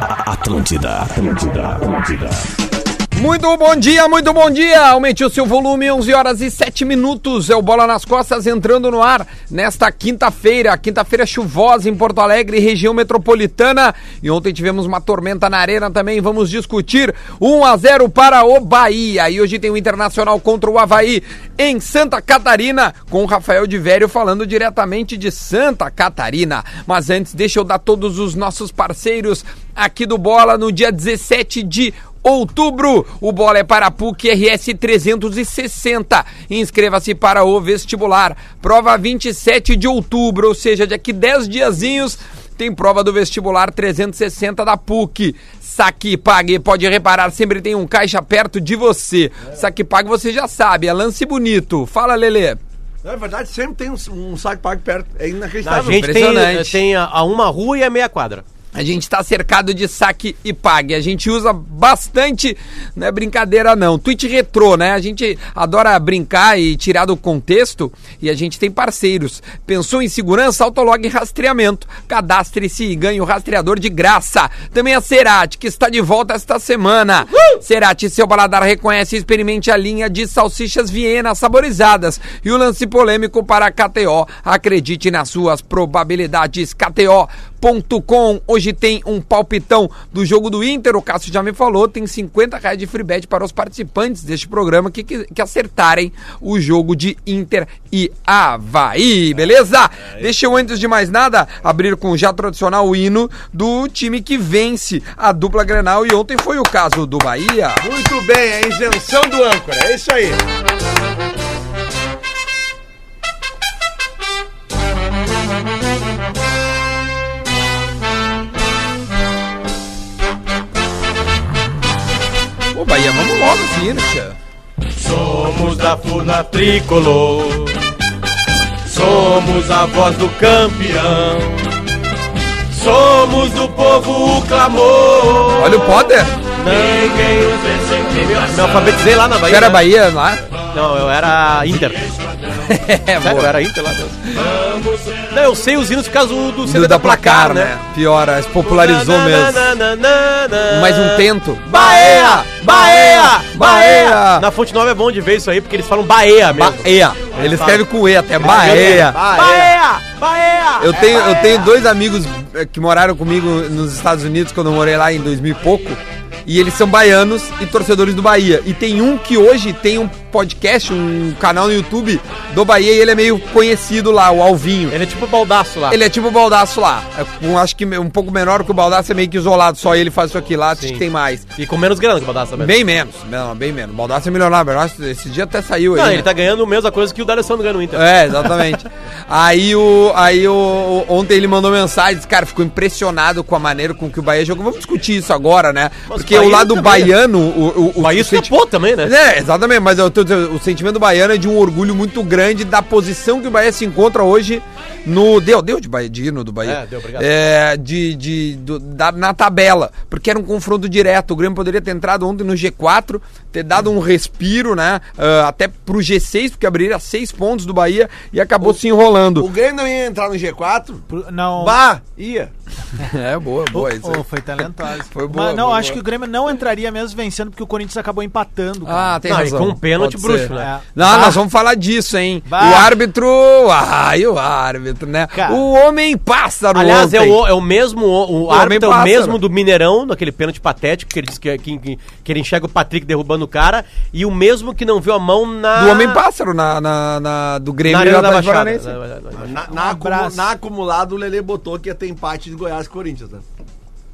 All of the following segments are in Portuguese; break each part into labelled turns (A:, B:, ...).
A: Atlântida, Atlântida, Atlântida.
B: Muito bom dia, muito bom dia! Aumente o seu volume, 11 horas e 7 minutos. É o Bola nas Costas entrando no ar nesta quinta-feira. Quinta-feira chuvosa em Porto Alegre, região metropolitana. E ontem tivemos uma tormenta na arena também. Vamos discutir 1 a 0 para o Bahia. E hoje tem o Internacional contra o Havaí em Santa Catarina, com o Rafael de Vério falando diretamente de Santa Catarina. Mas antes, deixa eu dar todos os nossos parceiros aqui do Bola no dia 17 de outubro. O Bola é para a PUC RS 360. Inscreva-se para o vestibular. Prova 27 de outubro, ou seja, daqui 10 diazinhos. Tem prova do vestibular 360 da PUC. Saque Pague, pode reparar, sempre tem um caixa perto de você. Saque Pague você já sabe, é lance bonito. Fala, Lelê.
C: Na verdade, sempre tem um, um saco pago perto. É
D: A
C: inacreditável.
D: gente tem,
B: impressionante.
D: tem a, a uma rua e a meia quadra.
B: A gente está cercado de saque e pague. A gente usa bastante, não é brincadeira não. Tweet retrô, né? A gente adora brincar e tirar do contexto e a gente tem parceiros. Pensou em segurança, autolog e rastreamento. Cadastre-se e ganhe o rastreador de graça. Também a Cerati, que está de volta esta semana. Cerati, seu paladar reconhece e experimente a linha de salsichas Viena saborizadas. E o lance polêmico para a KTO. Acredite nas suas probabilidades. KTO. KTO.com. Hoje tem um palpitão do jogo do Inter, o Cássio já me falou, tem 50 reais de free bet para os participantes deste programa que, que, que acertarem o jogo de Inter e Havaí, beleza? Deixa eu, antes de mais nada, abrir com o já tradicional hino do time que vence a dupla Grenal e ontem foi o caso do Bahia.
C: Muito bem, a isenção do âncora. É isso aí.
B: Ô Bahia, vamos logo esse hino, tia.
D: Somos da Funa Tricolor. Somos a voz do campeão. Somos do povo o clamor.
B: Olha o Potter,
D: Ninguém nos vence em primeira. Me alfabetizei lá na
B: que
D: Bahia.
B: era
D: né?
B: Bahia lá.
D: Não, eu era Inter.
B: É,
D: Sério, eu
B: boa.
D: era Inter lá. Deus. Não, eu sei os hinos por causa do, do CD
B: Do da placar, né? Piora, se popularizou mesmo. Mais um tento.
D: Bahia! Bahia!
B: Bahia!
D: Bahia! Na Fonte Nova é bom de ver isso aí, porque eles falam Bahia mesmo.
B: Baea. Ele escreve com E até Baea.
D: Bahia! Bahia!
B: Eu tenho, eu tenho dois amigos eh, que moraram comigo nos Estados Unidos quando eu morei lá em 2000 e pouco. E eles são baianos e torcedores do Bahia. E tem um que hoje tem um podcast, um canal no YouTube do Bahia e ele é meio conhecido lá, o Alvinho.
D: Ele é tipo baldaço lá.
B: Ele é tipo o Baldaço lá. É um- acho que um pouco menor que o Baldaço, é meio que isolado. Só ele faz isso aqui lá, acho
D: Sim.
B: que tem mais.
D: E com menos grana que o baldaço também.
B: Bem menos, não, bem menos. O Baldaço é milionário, Baldaço esse dia até saiu aí.
D: Não,
B: né?
D: ele tá ganhando a mesma coisa que o D'Alessandro ganha no Inter.
B: É, exatamente. aí o, aí o, o- ontem ele mandou mensagem, disse, cara, ficou impressionado com a maneira com que o Bahia jogou. Vamos discutir isso agora, né?
D: Mas
B: Porque
D: o
B: o
D: Bahia
B: lado
D: também.
B: baiano, o, o,
D: O Bahia
B: o senti-
D: escapou também, né?
B: é, exatamente, mas eu tô dizendo, o sentimento do baiano é de um orgulho muito grande da posição que o Bahia se encontra hoje no. Deu, deu de, Bahia, de hino do Bahia.
D: É, deu, obrigado.
B: É, de, de, do- da- na tabela, porque era um confronto direto. O Grêmio poderia ter entrado ontem no G4, ter dado um respiro, né? ah, até pro G6, porque abriria seis pontos do Bahia e acabou se
C: O
B: enrolando.
C: Grêmio não ia entrar no G4?
E: Pro- Não.
C: Bah, ia.
B: É, boa, boa. isso aí.
E: Oh, foi talentosa.
B: Foi boa,
E: Mas não,
B: boa,
E: acho
B: boa.
E: que o Grêmio não entraria mesmo vencendo, porque o Corinthians acabou empatando. cara.
B: Ah, tem
D: Não, e
B: razão.
D: com um pênalti
B: Pode
D: bruxo,
B: ser. É.
D: né?
B: Não, nós vamos falar disso, hein?
E: Bah.
B: O árbitro. Ai, o árbitro, né?
E: Cara.
B: O homem pássaro,
D: Aliás, é
B: ontem.
D: o, é o mesmo, o, o
B: homem
D: árbitro é o
B: pássaro.
D: mesmo do Mineirão, naquele pênalti patético que ele disse que, que, que- que ele enxerga o Patrick derrubando o cara, e o mesmo que não viu a mão na.
B: Do homem pássaro na, na, na- do Grêmio
D: na
B: e do
D: Arena da
B: Atlético
D: Baixada. né?
B: Paranaense.
D: Na- na- na-
C: Na,
E: Um
C: na, acumu,
E: abraço.
C: na acumulada, o Lelê botou que ia ter empate de Goiás e Corinthians, né?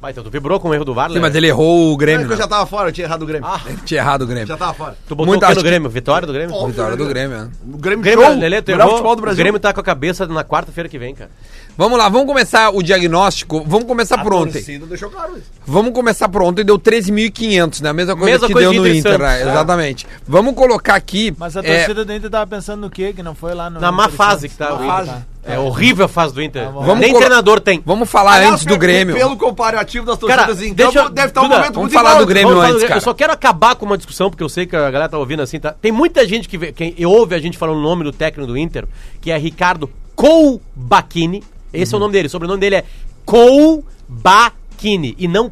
D: Vai, então tu vibrou com o erro do VAR,
B: Sim,
D: né?
B: mas ele errou o
C: É
B: Grêmio.
C: que eu
B: né?
C: já tava fora, eu tinha errado o Grêmio.
B: Ele Tinha errado o Grêmio.
C: Já tava fora.
D: Tu botou
B: Muito,
D: o quê
B: acho
D: no
B: que-
D: Grêmio? Vitória do Grêmio?
C: Ó,
B: Vitória do Grêmio, né?
C: O Grêmio,
D: Grêmio,
C: show,
D: Lelê, tu
C: melhor
D: errou.
C: futebol do
D: O
C: Brasil.
D: Grêmio tá com a cabeça na quarta-feira que vem, cara.
B: Vamos lá, vamos começar o diagnóstico. Vamos começar
C: A
B: por ontem.
C: torcida deixou claro isso.
B: Vamos começar por ontem, deu 13.500, né? A mesma coisa
D: Mesma
B: que
D: coisa
B: deu no
D: de Inter e
B: Inter, né?
D: Santos, é.
B: Exatamente. Vamos colocar aqui.
E: Mas a
B: é,
E: torcida do Inter tava pensando no quê? Que não foi lá no.
D: Na
E: no
D: má
E: Corinthians.
D: fase que tá.
E: Má
D: o Inter.
B: né?
E: fase. Ah,
D: É horrível a fase do Inter.
E: bom.
B: Vamos
D: Nem
B: colo-
D: treinador tem.
B: Vamos falar
C: Aliás,
B: Ah, antes do Grêmio.
C: Pelo comparativo das
D: Cara,
C: torcidas, então
D: deixa eu-
C: deve estar um
D: Duda,
C: momento
B: vamos falar do
C: igual.
B: Grêmio
D: Vamos falar
B: antes,
D: do-
B: cara.
D: Eu só quero acabar com uma discussão, porque eu sei que a galera tá ouvindo assim, tá? Tem muita gente que, vê, que ouve a gente falando o nome do técnico do Inter, que é Ricardo Koubakhini. Esse é o nome dele. O sobrenome dele é Koubakhini.
F: Kine e não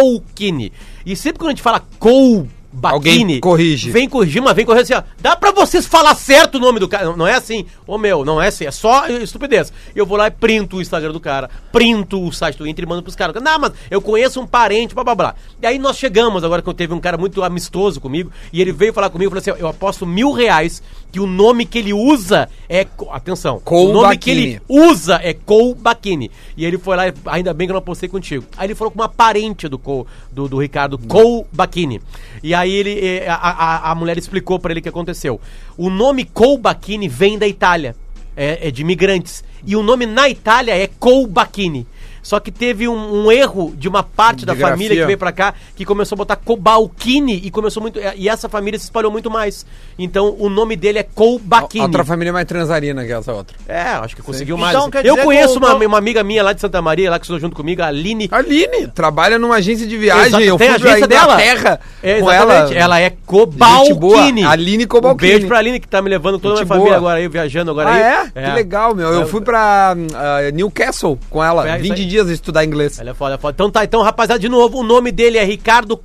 F: Cobalcini. E sempre quando a gente fala Cobalcini,
B: Alguém corrige.
F: Vem corrigir, mas vem corrigir assim, ó. Dá pra vocês falar certo o nome do cara. Não, não é assim, ô meu, não é assim, é só estupidez. Eu vou lá e printo o Instagram do cara, printo o site do Inter e mando pros caras. Não, mas eu conheço um parente, blá blá blá. E aí nós chegamos agora que eu teve um cara muito amistoso comigo, e ele veio falar comigo e falou assim: ó, eu aposto mil reais que o nome que ele usa é. co- Atenção, o nome que ele
B: Colbacchini.
F: usa é Cole Bacchini. E ele foi lá, e ainda bem que eu não apostei contigo. Aí ele falou com uma parente do Cole, do, do Ricardo,
B: Hum.
F: Cole Bacchini. E aí ele, eh, a, a- a mulher explicou pra ele o que aconteceu. O nome Cole Bacchini vem da Itália, é, é de imigrantes. E o nome na Itália é Cole Bacchini. Só que teve um, um erro de uma parte da
B: grafia.
F: família que veio pra cá, que começou a botar Cobalcini e começou muito. eh, E essa família se espalhou muito mais. Então o nome dele é
B: A
F: Cobalcini.
B: outra família é mais transarina que essa outra.
F: É, acho que conseguiu mais.
E: Então,
F: assim.
E: quer
F: eu
E: dizer,
F: conheço
E: com-
F: uma,
E: com-
F: uma amiga minha lá de Santa Maria, lá que estudou junto comigo, a Aline.
B: Aline trabalha numa agência de viagem.
F: Exato,
B: eu
F: tem a
B: fui pra
F: agência dela.
B: Inglaterra
F: É,
B: com
F: exatamente.
B: ela.
F: Ela é Cobalcini.
B: boa, Aline Cobalcini.
F: Um beijo pra Aline que tá me levando toda a minha
B: Gente
F: família
B: boa.
F: agora aí, viajando agora
B: Ah,
F: aí.
B: é? Que legal, meu. Eu fui pra hum, ah, Newcastle com ela,
F: É, isso
B: 20
F: aí.
B: dias estudar inglês.
F: Ela é foda, é foda. Então tá, então, rapaziada, de novo, o nome dele é Ricardo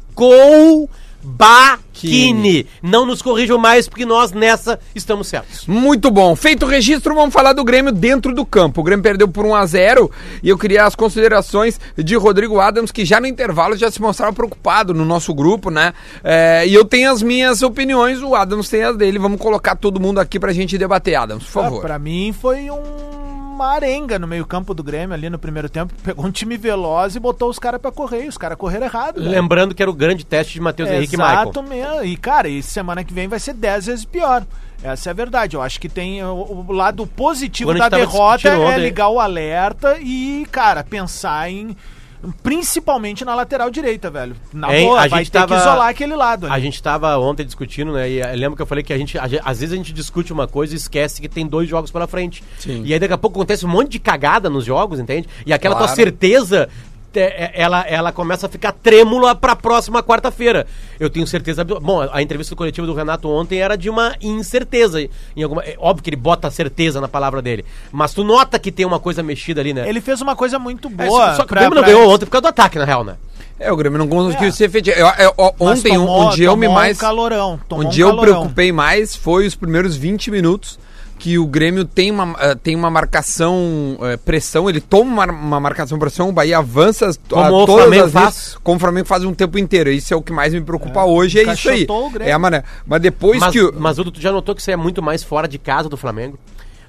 F: Cobalcini. Não nos corrijam mais, porque nós nessa estamos certos.
B: Muito bom. Feito o registro, vamos falar do Grêmio dentro do campo. O Grêmio perdeu por 1 a 0 e eu queria as considerações de Rodrigo Adams, que já no intervalo já se mostrava preocupado no nosso grupo, né? É, e eu tenho as minhas opiniões, o Adams tem as dele. Vamos colocar todo mundo aqui pra gente debater, Adams, por
E: Ah,
B: favor.
E: pra mim foi um- uma arenga no meio-campo do Grêmio ali no primeiro tempo. Pegou um time veloz e botou os caras pra correr. E os caras correram
B: É.
E: errado. né? velho.
F: Lembrando que era o grande teste de Matheus Henrique e Michael.
E: Exato mesmo. E, cara, e semana que vem vai ser 10 vezes pior. Essa é a verdade. Eu acho que tem o, o lado positivo
F: Quando a
E: da
F: gente tava
E: derrota
F: discutindo
E: é
F: ontem-
E: ligar o alerta e, cara, pensar em. Principalmente na lateral direita, velho. Na
F: Hein?
E: boa,
F: A
E: vai
F: gente
E: ter
F: tava-
E: que isolar aquele lado. ali.
F: A gente tava ontem discutindo, né? E eh, lembra que eu falei que a gente, a ge- às vezes a gente discute uma coisa e esquece que tem dois jogos pela frente.
B: Sim.
F: E aí daqui a pouco acontece um monte de cagada nos jogos, entende? E aquela tua
B: Claro.
F: certeza. te- eh, Ela, ela começa a ficar trêmula pra próxima quarta-feira. Eu tenho certeza. abso- Bom, a entrevista coletiva do Renato ontem era de uma incerteza. Em alguma, é óbvio que ele bota certeza na palavra dele. Mas tu nota que tem uma coisa mexida ali, né?
E: Ele fez uma coisa muito
F: É,
E: boa.
F: só que
E: pra-
F: o Grêmio não
E: pra-
F: ganhou ontem por causa do ataque, na real, né?
B: É, o Grêmio não conseguiu
E: É.
B: ser efetivo. Eu- eu- eu-
E: Mas
B: ontem, um-
E: tomou-
B: onde eu me
E: tomou um
B: mais.
E: calorão, tomou um
B: onde eu
E: calorão.
B: preocupei mais foi os primeiros 20 minutos que o Grêmio tem uma, eh, tem uma marcação eh, pressão, ele toma uma, uma marcação pressão, o Bahia avança as-
F: Como o Flamengo faz.
B: como o Flamengo faz um tempo inteiro. Isso é o que mais me preocupa hoje, é isso aí.
E: encaixotou o
B: É
E: Grêmio.
B: a maneira. Mas depois
F: Mas,
B: que o-
F: mas Dudu, tu já notou que isso é muito mais fora de casa do Flamengo?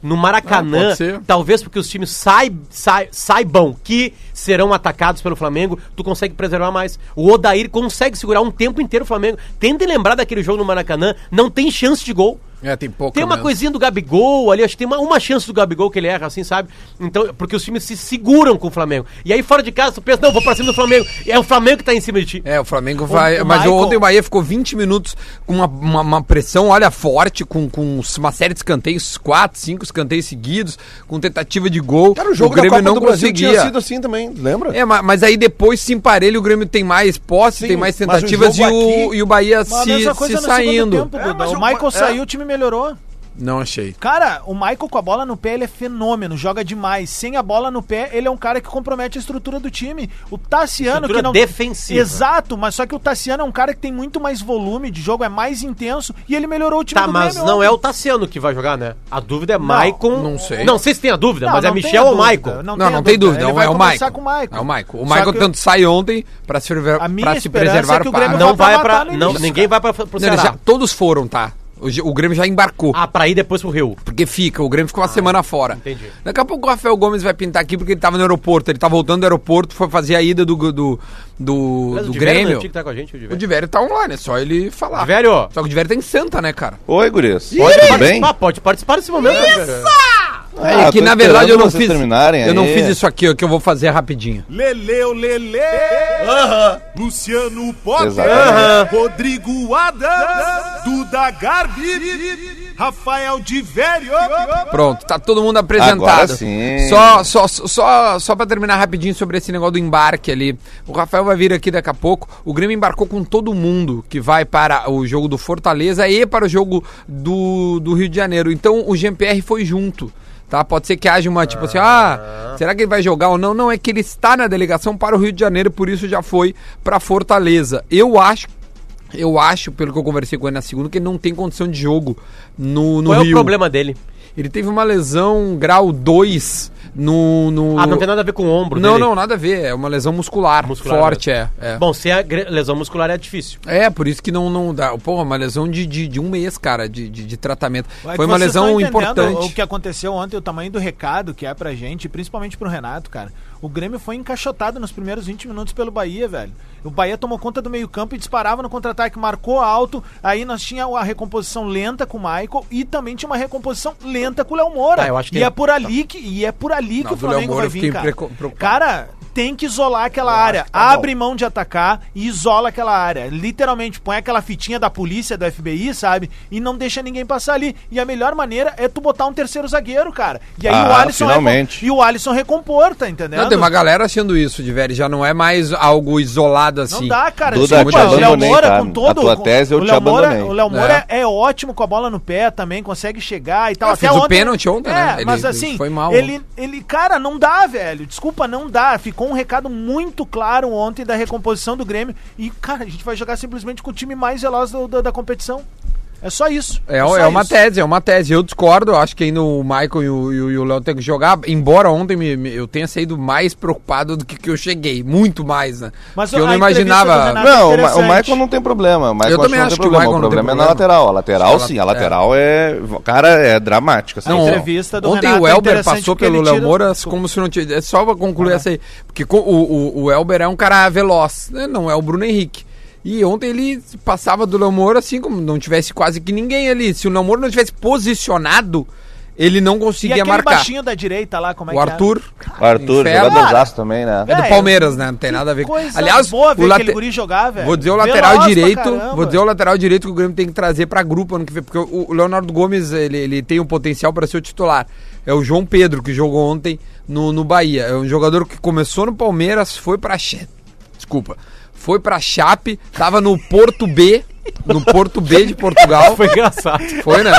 F: No Maracanã,
B: Ah, pode ser.
F: talvez porque os times sai, sai- saibam que serão atacados pelo Flamengo, tu consegue preservar mais. O Odair consegue segurar um tempo inteiro o Flamengo. Tentem lembrar daquele jogo no Maracanã, não tem chance de gol.
B: É, tem pouca
F: Tem uma
B: mesmo.
F: coisinha do Gabigol ali, acho que tem uma, uma chance do Gabigol que ele erra, assim, sabe? Então, porque os times se seguram com o Flamengo. E aí, fora de casa, tu pensa, não, vou pra cima do Flamengo. É o Flamengo que tá em cima de ti.
B: É, o Flamengo vai.
E: o
B: mas
E: Michael-
B: ontem o Bahia ficou 20 minutos com uma, uma- uma pressão, olha, forte, com, com uma série de escanteios, quatro, cinco escanteios seguidos, com tentativa de gol.
C: Cara, o jogo da Copa do Brasil tinha sido assim também, lembra?
B: É, ma- mas aí depois se emparelha, o Grêmio tem mais posse,
C: Sim,
B: tem mais
C: mas o
B: tentativas e,
C: jogo
B: o,
C: aqui-
B: e o Bahia
E: Mas a
B: se,
E: mesma coisa
B: se
E: no segundo
B: saindo.
E: tempo,
C: É,
E: Dudu.
C: mas
E: o
C: o-
E: Michael
C: é.
E: saiu, o time melhorou.
B: Não achei.
E: Cara, o Michael com a bola no pé, ele é fenômeno, joga demais. Sem a bola no pé, ele é um cara que compromete a estrutura do time. O Tassiano
F: Estrutura
E: que não
F: defensiva.
E: Exato, mas só que o Tassiano é um cara que tem muito mais volume de jogo, é mais intenso e ele melhorou o time
F: Tá,
E: do
F: mas
E: Grêmio
F: não
E: ontem.
F: é o Tassiano que vai jogar, né? A dúvida é Maicon.
B: não sei.
F: Não sei se tem a dúvida,
E: Não,
F: mas é
E: não tem
F: Michel
E: a
F: ou
E: dúvida,
F: Maicon.
E: não
B: Não,
E: tem a
B: não tem
E: dúvida.
B: dúvida,
E: Ele
B: não,
E: vai
B: é o
E: conversar
B: Maicon.
E: com o Maicon.
B: É o Maicon. O
E: Só
B: Maicon
E: que-
B: tanto sai ontem pra se, prever-
E: A minha
B: pra se
E: esperança
B: preservar
E: é que o
B: para-
E: Grêmio
B: Não,
F: Não vai
E: pra
F: pra.
E: matar no
F: Não,
E: início,
F: ninguém vai pra, pro
B: não, eles
F: Ceará.
B: já, todos foram, tá? O, G- o Grêmio já embarcou.
F: Ah, pra ir depois pro Rio.
B: Porque fica, o Grêmio ficou uma semana fora.
F: Ah, entendi.
B: Daqui a pouco o Rafael Gomes vai pintar aqui porque ele tava no aeroporto. Ele tá voltando do aeroporto, foi fazer a ida do, do, do, do
F: Aliás, o Diverio não é
B: Grêmio.
F: o time que tá com a gente, o
B: O
F: Diverio.
B: Diverio tá online, é só ele falar.
F: Diverio,
B: Só que o Diverio tá em Santa, né, cara?
G: Oi, gurias. Pode,
C: é.
G: tudo bem?
F: Ah, pode participar desse momento. né, Diverio?
G: Ah,
B: é que
G: tô
B: na verdade eu
G: esperando
B: não
G: vocês
B: fiz.
G: terminarem
B: Eu não
G: aí.
B: fiz isso aqui, ó, que eu vou fazer rapidinho.
D: Leleu, Lele. Luciano Potter.
G: Exatamente.
D: Rodrigo Adams. Duda Garbi. Rafael de Vério.
B: Pronto, tá todo mundo apresentado.
G: Agora sim.
B: Só, só, só, só pra terminar rapidinho sobre esse negócio do embarque ali. O Rafael vai vir aqui daqui a pouco. O Grêmio embarcou com todo mundo que vai para o jogo do Fortaleza e para o jogo do, do Rio de Janeiro. Então o GMPR foi junto. Tá? Pode ser que haja uma, tipo assim, ah, será que ele vai jogar ou não? Não, é que ele está na delegação para o Rio de Janeiro, por isso já foi para Fortaleza. Eu acho, eu acho, pelo que eu conversei com ele na segunda, que ele não tem condição de jogo no, no
F: Qual é o
B: Rio.
F: problema dele?
B: Ele teve uma lesão grau 2 no, no.
F: Ah, não tem nada a ver com o ombro
B: Não,
F: dele.
B: não, nada a ver. É uma lesão muscular,
F: Muscular
B: forte,
E: né?
B: é. é.
F: Bom, se é gre- lesão muscular é difícil.
B: É, por isso que não, não dá. Porra, uma lesão de, de, de um mês, cara, de, de, de tratamento.
E: É que
B: Foi uma
E: vocês
B: lesão
E: estão entendendo
B: importante.
E: O que aconteceu ontem, o tamanho do recado que é pra gente, principalmente pro Renato, cara. O Grêmio foi encaixotado nos primeiros 20 minutos pelo Bahia, velho. O Bahia tomou conta do meio-campo e disparava no contra-ataque, marcou alto. Aí nós tinha a recomposição lenta com o Michael e também tinha uma recomposição lenta com o Léo Moura.
B: Ah,
F: Tá, eu acho que
E: e
F: tem-
E: é por ali que e é por ali
B: Não,
E: que o
B: do Léo
E: Flamengo
B: Moura
E: vai
B: eu
E: vir,
B: fiquei
E: cara.
B: preco- preocupado.
E: Cara, tem que isolar aquela área.
G: tá
E: Abre mão de atacar e isola aquela área. Literalmente, põe aquela fitinha da polícia, do FBI, sabe? E não deixa ninguém passar ali. E a melhor maneira é tu botar um terceiro zagueiro, cara. E aí
G: Ah,
E: o Alisson.
G: finalmente.
E: recom- E o Alisson recompor, tá entendendo?
B: Não, tem uma galera achando isso, de velho. Já não é mais algo isolado
E: Não
B: assim.
E: dá, cara.
G: Duda,
E: Desculpa,
B: te
E: o Léo
G: abandonei,
E: Moura
G: tá?
E: com todo.
G: A tua
E: com-
G: tese eu
E: o
G: te
E: Léo Moura-
G: abandonei.
E: O Léo Moura é. ótimo com a bola no pé também, consegue chegar e tal.
B: Ah, fez o pênalti ontem,
E: é,
B: né? Ele-
E: mas
B: ele
E: assim,
B: foi mal.
E: Ele, ele, cara, não dá, velho. Desculpa, não dá. Ficou um recado muito claro ontem da recomposição do Grêmio. E, cara, a gente vai jogar simplesmente com o time mais veloz do- do- da competição. É só isso.
B: É,
E: só
B: é uma
E: isso.
B: tese, é uma tese. Eu discordo, eu acho que ainda o Michael e o- e o e o Léo têm que jogar, embora ontem me- me- eu tenha saído mais preocupado do que, que eu cheguei, muito mais, né?
E: Mas
B: Porque eu
E: a
B: não
E: entrevista do
B: imaginava.
E: Renato- é
G: Não, o, Ma-
E: interessante.
G: o Michael não tem problema. O Michael
B: Eu também
G: não
B: acho que o
G: tem problema.
B: Michael não tem
G: problema é na
B: problema.
G: lateral. A lateral,
B: Acho que
G: sim.
B: ela-
G: A lateral é... Cara, é dramática. assim.
B: Não,
G: Sim.
E: entrevista do
B: ontem
E: Renato
B: o
E: é
B: Elber
E: interessante
B: passou
E: porque ele
B: pelo Léo
E: tira-
B: Moura como se não tivesse. é Só pra concluir essa aí. Porque co- o, o, o Elber é um cara veloz, né? não é o Bruno Henrique. E ontem ele passava do Léo Moura assim, como não tivesse quase que ninguém ali. Se o Léo Moura não tivesse posicionado, ele não
E: E
B: conseguia
E: aquele
B: marcar.
E: baixinho da direita lá, como é
B: O
E: que é?
B: Arthur.
G: O Arthur,
B: Inferno.
G: jogadorzaço também, né?
B: É do
E: Velho,
B: Palmeiras, né? Não tem nada a ver. com-
E: Coisa
B: Aliás,
E: boa ver
B: o late-
E: aquele guri jogar, velho.
B: vou dizer o
E: Veloz
B: lateral
E: pra
B: direito.
E: caramba.
B: Vou dizer o lateral direito que o Grêmio tem que trazer pra grupo ano que vem, porque o o Leonardo Gomes ele, ele tem o potencial pra ser o titular. É o João Pedro que jogou ontem no, no Bahia. É um jogador que começou no Palmeiras, foi pra Che- desculpa, foi pra Chape, tava no Porto B, no Porto B de Portugal.
F: Foi engraçado.
B: Foi, né?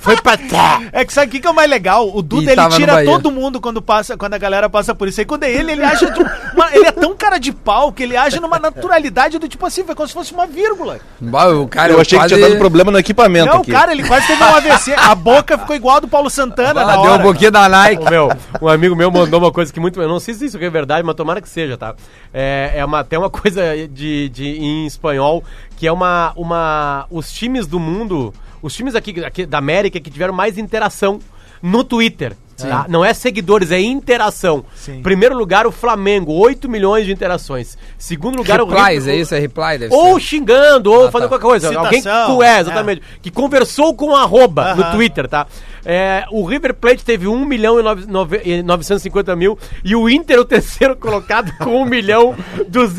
F: Foi pra cá.
E: É que sabe o que, que é o mais legal? O
B: E
E: Duda, ele
B: tava no
E: tira
B: Bahia.
E: todo mundo quando, passa, quando a galera passa por isso. E quando é ele, ele acha. de uma- ele é tão cara de pau que ele age numa naturalidade do tipo assim, foi como se fosse uma vírgula.
B: Bah, o cara, é
G: Eu achei que tinha
B: quase-
G: dado problema no equipamento
E: Não,
G: aqui.
E: cara, ele quase teve um AVC. A boca ficou igual a do Paulo Santana
B: Ah,
E: na
B: deu um
E: hora.
B: pouquinho da Nike.
F: Ô, meu, um amigo meu mandou uma coisa que muito. Eu não sei se isso é verdade, mas tomara que seja, tá? É, é uma, até uma coisa de, de, em espanhol, que é uma, uma. Os times do mundo, os times aqui, aqui da América que tiveram mais interação no Twitter. tá? Não é seguidores, é interação.
E: Sim.
F: Primeiro lugar, o Flamengo, 8 milhões de interações. Segundo lugar,
B: Replies,
F: o
B: é isso? É reply? Deve
F: ou
B: ser.
F: xingando, ou
B: Ah,
F: fazendo
B: tá.
F: qualquer coisa.
E: Citação,
F: Alguém que é, exatamente. Que conversou com o arroba no
E: Aham.
F: Twitter, tá? É, o River Plate teve 1 milhão e nove- nove- e 950 mil e o Inter, o terceiro colocado, com 1 milhão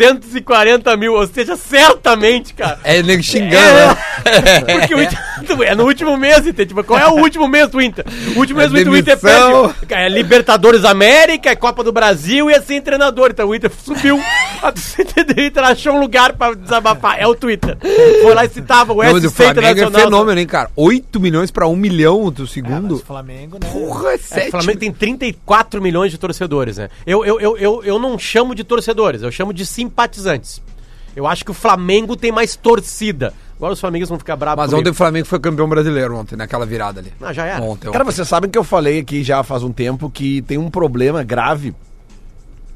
F: 240 mil. Ou seja, certamente, cara.
B: É nego xingando. né?
F: É, porque o Inter, é no último mês, Inter. Tipo, qual é o último mês do Inter? O último mês do Inter, o Inter
B: É Demissão.
F: perde. É Libertadores América, é Copa do Brasil e é sem treinador. Então o Inter subiu. A torcida do Inter achou um lugar pra desabafar. É o Twitter. Foi lá e citava o
B: Não, mas o
F: SC
B: Flamengo é
F: Internacional.
B: fenômeno, hein, cara? 8 milhões pra 1 milhão do
E: É, mas
B: segundo.
E: o Flamengo, né?
B: Porra, é
F: É, o
B: 7.
F: Flamengo tem 34 milhões de torcedores, né? Eu, eu, eu, eu, eu não chamo de torcedores, eu chamo de simpatizantes. Eu acho que o Flamengo tem mais torcida. Agora os flamenguistas vão ficar bravos.
B: Mas
F: comigo.
B: ontem o Flamengo foi campeão brasileiro, ontem, naquela virada ali.
F: Ah, já era.
B: Ontem,
C: Cara,
B: ontem.
C: vocês sabem que eu falei aqui já faz um tempo que tem um problema grave,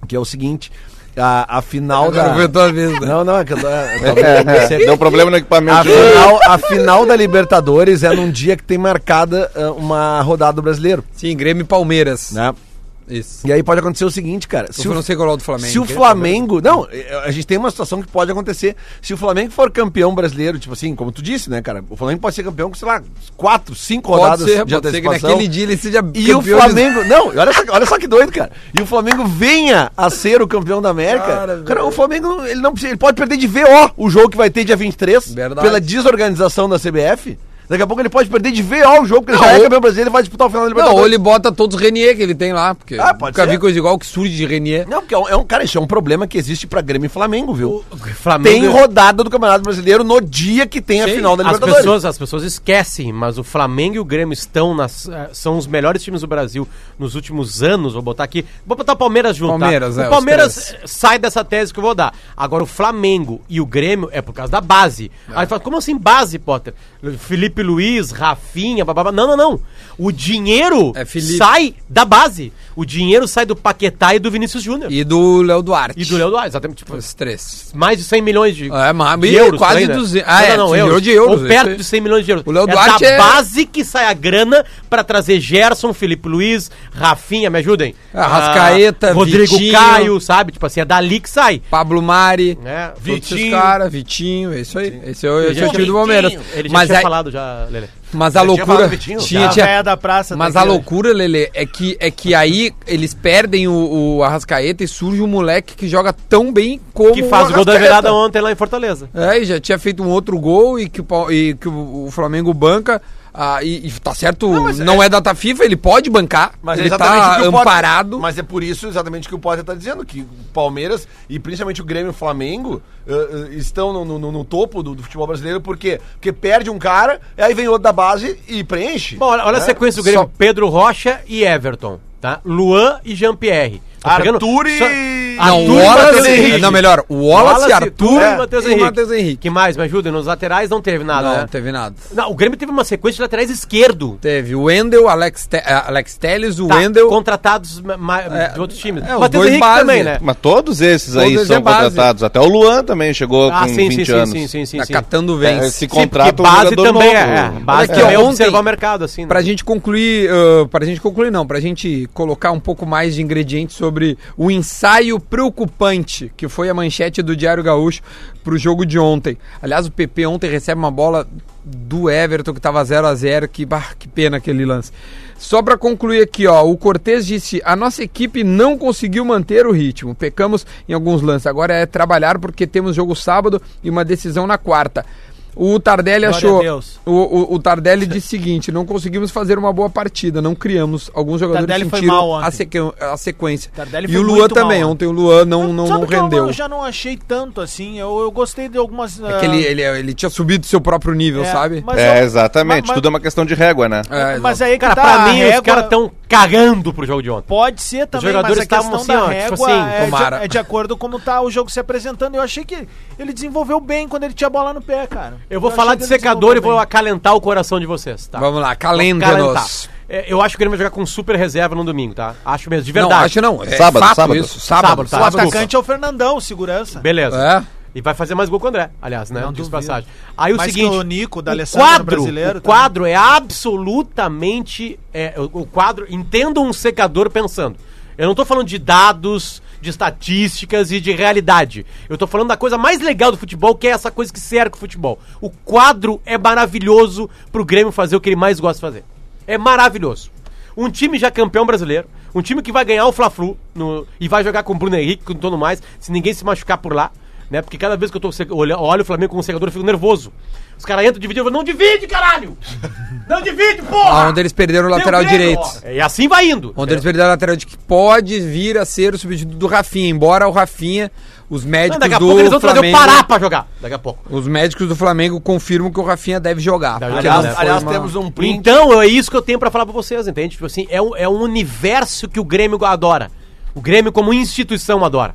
C: que é o seguinte, a, a final
B: Agora
C: da...
B: foi a tua vez, né?
C: Não, não, é que eu tô... eu tô-
G: É, Deu problema no equipamento.
C: A final, a final da Libertadores é num dia que tem marcada ah, uma rodada do brasileiro,
B: Sim, Grêmio e Palmeiras.
C: né?
B: Isso.
C: E aí pode acontecer o seguinte, cara.
B: Eu
C: Se o,
B: não sei qual é o do Flamengo.
C: se o Flamengo. Não, eh, a gente tem uma situação que pode acontecer. Se o Flamengo for campeão brasileiro, tipo assim, como tu disse, né, cara? O Flamengo pode ser campeão com, sei lá, quatro, cinco
B: Pode
C: rodadas
B: ser,
C: de
B: pode ser que
C: antecipação.
B: naquele dia ele seja
C: E o
B: campeão de-
C: Flamengo. Não, olha só, olha só que doido, cara. E o Flamengo venha a ser o campeão da América. Cara, o Flamengo ele não precisa, ele pode perder de VO o jogo que vai ter dia 23
B: Verdade.
C: pela desorganização da CBF. Daqui a pouco ele pode perder de ver ó, o jogo, porque ele já é
B: ou-
C: campeão brasileiro, ele vai disputar o final da
B: Não, ou
C: Libertadores.
B: ele bota todos os Renier que ele tem lá, porque
C: Ah, pode
B: nunca
C: ser.
B: vi coisa igual que surge de Renier.
C: Não, porque é um, é um- cara, isso é um problema que existe pra Grêmio e Flamengo, viu?
F: Flamengo.
C: Tem
F: é
C: rodada do Campeonato Brasileiro no dia que tem a
F: Sim,
C: final da
F: as
C: Libertadores.
F: pessoas, as pessoas esquecem, mas o Flamengo e o Grêmio estão nas, eh, são os melhores times do Brasil nos últimos anos. Vou botar aqui. Vou botar o Palmeiras junto. tá?
B: Palmeiras,
F: o
B: é, os
F: Palmeiras
B: três.
F: eh, sai dessa tese que eu vou dar. Agora, o Flamengo e o Grêmio é por causa da base. Aí fala, como assim base, Potter? Felipe Luiz, Rafinha, bababá. Não, não, não. O dinheiro
B: É Felipe.
F: sai da base. O dinheiro sai do Paquetá e do Vinícius Júnior. E,
B: E do Léo Duarte.
F: do Léo Duarte, exatamente. Tipo,
B: Os três.
F: mais de 100 milhões de,
B: É, mas-
F: de
B: e quase
F: por aí, né?
B: 200. Ah, é, se virou de euros,
F: Ou
B: isso aí.
F: perto de 100 milhões de euros.
B: O Léo
F: é
B: Duarte
F: da
B: é-
F: base que sai a grana pra trazer Gerson, Felipe Luiz, Rafinha, me ajudem.
B: Ah, Arrascaeta,
F: Ah, Rodrigo
B: Vitinho.
F: Caio, sabe? Tipo assim, é dali que sai.
B: Pablo Mari,
F: Né?
B: todos esses
D: Vitinho.
B: caras, Vitinho, é isso aí. Esse é o, esse é o
F: já
B: time do
F: tinha-
B: Palmeiras.
F: Ele já
B: Mas,
F: tinha
B: a-
F: falado já, Lele.
B: mas a
C: tinha falado
B: loucura.
C: Vitinho?
B: Tinha,
E: a
B: tinha-
E: véia da praça. tá
B: é Mas
E: aqui
B: a
E: hoje.
B: loucura, Lele, é que, é que aí eles perdem o, o Arrascaeta e surge um moleque que joga tão bem como.
F: Que faz
B: o
F: o gol da
B: Arrascaeta.
F: virada ontem lá em Fortaleza.
B: É, e já tinha feito um outro gol e que o, Pau- e que o- o Flamengo banca. ah, e, e tá certo, não, é... data FIFA, ele pode bancar,
C: Mas
B: ele
C: é exatamente o
B: tá
C: que o Potter-
B: amparado.
C: mas é por isso exatamente que o Potter está dizendo, que o Palmeiras e principalmente o Grêmio e o Flamengo eh, eh, estão no, no- no- no topo do, do futebol brasileiro, por quê? Porque perde um cara, aí vem outro da base e preenche. Né?
F: Bom, olha, olha a
B: É,
F: sequência do Grêmio. Pedro Rocha e Everton, tá? Luan e Jean-Pierre. Tá pegando-
D: Arthur e-
F: Só-
B: Não,
F: Arthur
B: o
F: e Matheus
B: Wallace,
F: Henrique.
B: não, melhor, o Wallace, Arthur
F: e Matheus Henrique.
B: Matheus Henrique.
F: Que mais? Me ajudem. Nos laterais não teve nada,
B: Não,
F: né?
B: não teve nada.
F: Não, o Grêmio teve uma sequência de laterais esquerdo.
B: Teve o Wendel, Alex, Te- ah, Alex Telles, o
F: Tá,
B: Wendel.
F: Contratados ma- ma- de outros times.
B: é, os dois base.
F: também, né?
G: Mas todos esses
B: Todos
G: aí
B: esses
G: são
B: é base.
G: contratados. Até o Luan também chegou
F: Ah,
G: com 20 anos.
B: Tá catando
G: Tem-
B: vence.
G: Se
F: Sim,
G: contrata
F: porque
G: um
F: base
G: jogador
F: também
G: novo.
F: é, é, base
B: aqui,
F: também é
B: ó, ontem-
F: observar o mercado, assim. né?
B: Pra gente concluir, ah, pra gente concluir não, pra gente colocar um pouco mais de ingredientes sobre o ensaio preocupante, que foi a manchete do Diário Gaúcho pro jogo de ontem. Aliás, o PP ontem recebe uma bola do Everton que tava 0 a 0 que, bah, que pena aquele lance. Só pra concluir aqui, ó, o Cortez disse: "A nossa equipe não conseguiu manter o ritmo. Pecamos em alguns lances. Agora é trabalhar porque temos jogo sábado e uma decisão na quarta." O Tardelli
E: Glória
B: achou
E: a Deus.
B: o, o, o Tardelli disse o seguinte: não conseguimos fazer uma boa partida, não criamos. Alguns jogadores
E: Tardelli foi
B: sentiram
E: mal ontem.
B: a, sequen- a sequência.
E: Tardelli
B: e
E: foi
B: o Luan
E: muito
B: também.
E: mal
B: Ontem o Luan não, não,
E: Sabe
B: não
E: que eu-
B: rendeu.
E: Eu já não achei tanto assim. Eu, eu gostei de algumas. ah,
B: É que ele, ele, ele tinha subido do seu próprio nível, sabe?
G: É, exatamente. Tudo é
E: Tudo
G: uma questão de régua, né?
B: É,
E: mas aí que
F: Cara,
E: tá,
F: pra
E: a
F: mim, os
E: régua-
F: caras estão cagando pro jogo de ontem.
E: Pode ser também,
F: jogadores
E: mas a
F: estavam
E: questão da
F: assim, ó, tipo
E: régua
F: assim,
E: é,
B: tomara.
E: de, é de acordo com como tá o jogo se apresentando. Eu achei que ele desenvolveu bem quando ele tinha a bola no pé, cara.
F: Eu vou falar
E: achei
F: de
E: que ele
F: secador e vou
E: desenvolveu bem.
F: acalentar o coração de vocês, tá?
B: Vamos lá,
F: Calentar.
B: calenda-nos.
F: É, Eu acho que o Grêmio vai jogar com super reserva no domingo, tá? Acho mesmo, de
B: Não,
F: verdade.
B: acho não. É
G: Sábado,
B: fato
G: sábado.
B: isso. Sábado,
F: Sábado, tá.
E: O
F: Desculpa.
E: atacante é o Fernandão, segurança.
F: Beleza.
B: É.
F: E vai fazer mais gol com o André, aliás, né?
E: Não
F: Diz
E: duvido.
F: passagem. Aí o
E: Mais
F: seguinte,
E: que o Nico, da
F: o
E: Alessandro
F: quadro,
E: brasileiro
F: o
E: também.
F: quadro é absolutamente é, o, o quadro, entendo um secador pensando. Eu não tô falando de dados, de estatísticas e de realidade. Eu tô falando da coisa mais legal do futebol, que é essa coisa que cerca o futebol. O quadro é maravilhoso pro Grêmio fazer o que ele mais gosta de fazer. É maravilhoso. Um time já campeão brasileiro, um time que vai ganhar o Fla-Flu no- e vai jogar com o Bruno Henrique, com todo mais, se ninguém se machucar por lá, né? Porque cada vez que eu tô se- olha- olho o Flamengo como secador, eu fico nervoso. Os caras entram dividindo, eu falo, não divide, caralho! Não divide, porra!
B: Ah, Onde eles perderam o
F: Tem
B: lateral
F: Grêmio,
B: direito.
F: ó. E assim vai indo.
B: Onde eles perderam o lateral de que pode vir a ser o substituto do Rafinha, embora o Rafinha, os médicos
F: Não, daqui a
B: é do
F: pouco eles vão trazer
B: Flamengo,
F: o Pará pra jogar. Daqui a pouco.
B: os médicos do Flamengo confirmam que o Rafinha deve jogar.
F: Deve
B: porque
F: jogar,
B: não
C: aliás,
B: foi
C: aliás,
B: uma-
C: temos um print.
F: Então, é isso que eu tenho pra falar pra vocês, entende? Tipo assim, é um, é um universo que o Grêmio adora. O Grêmio como instituição adora.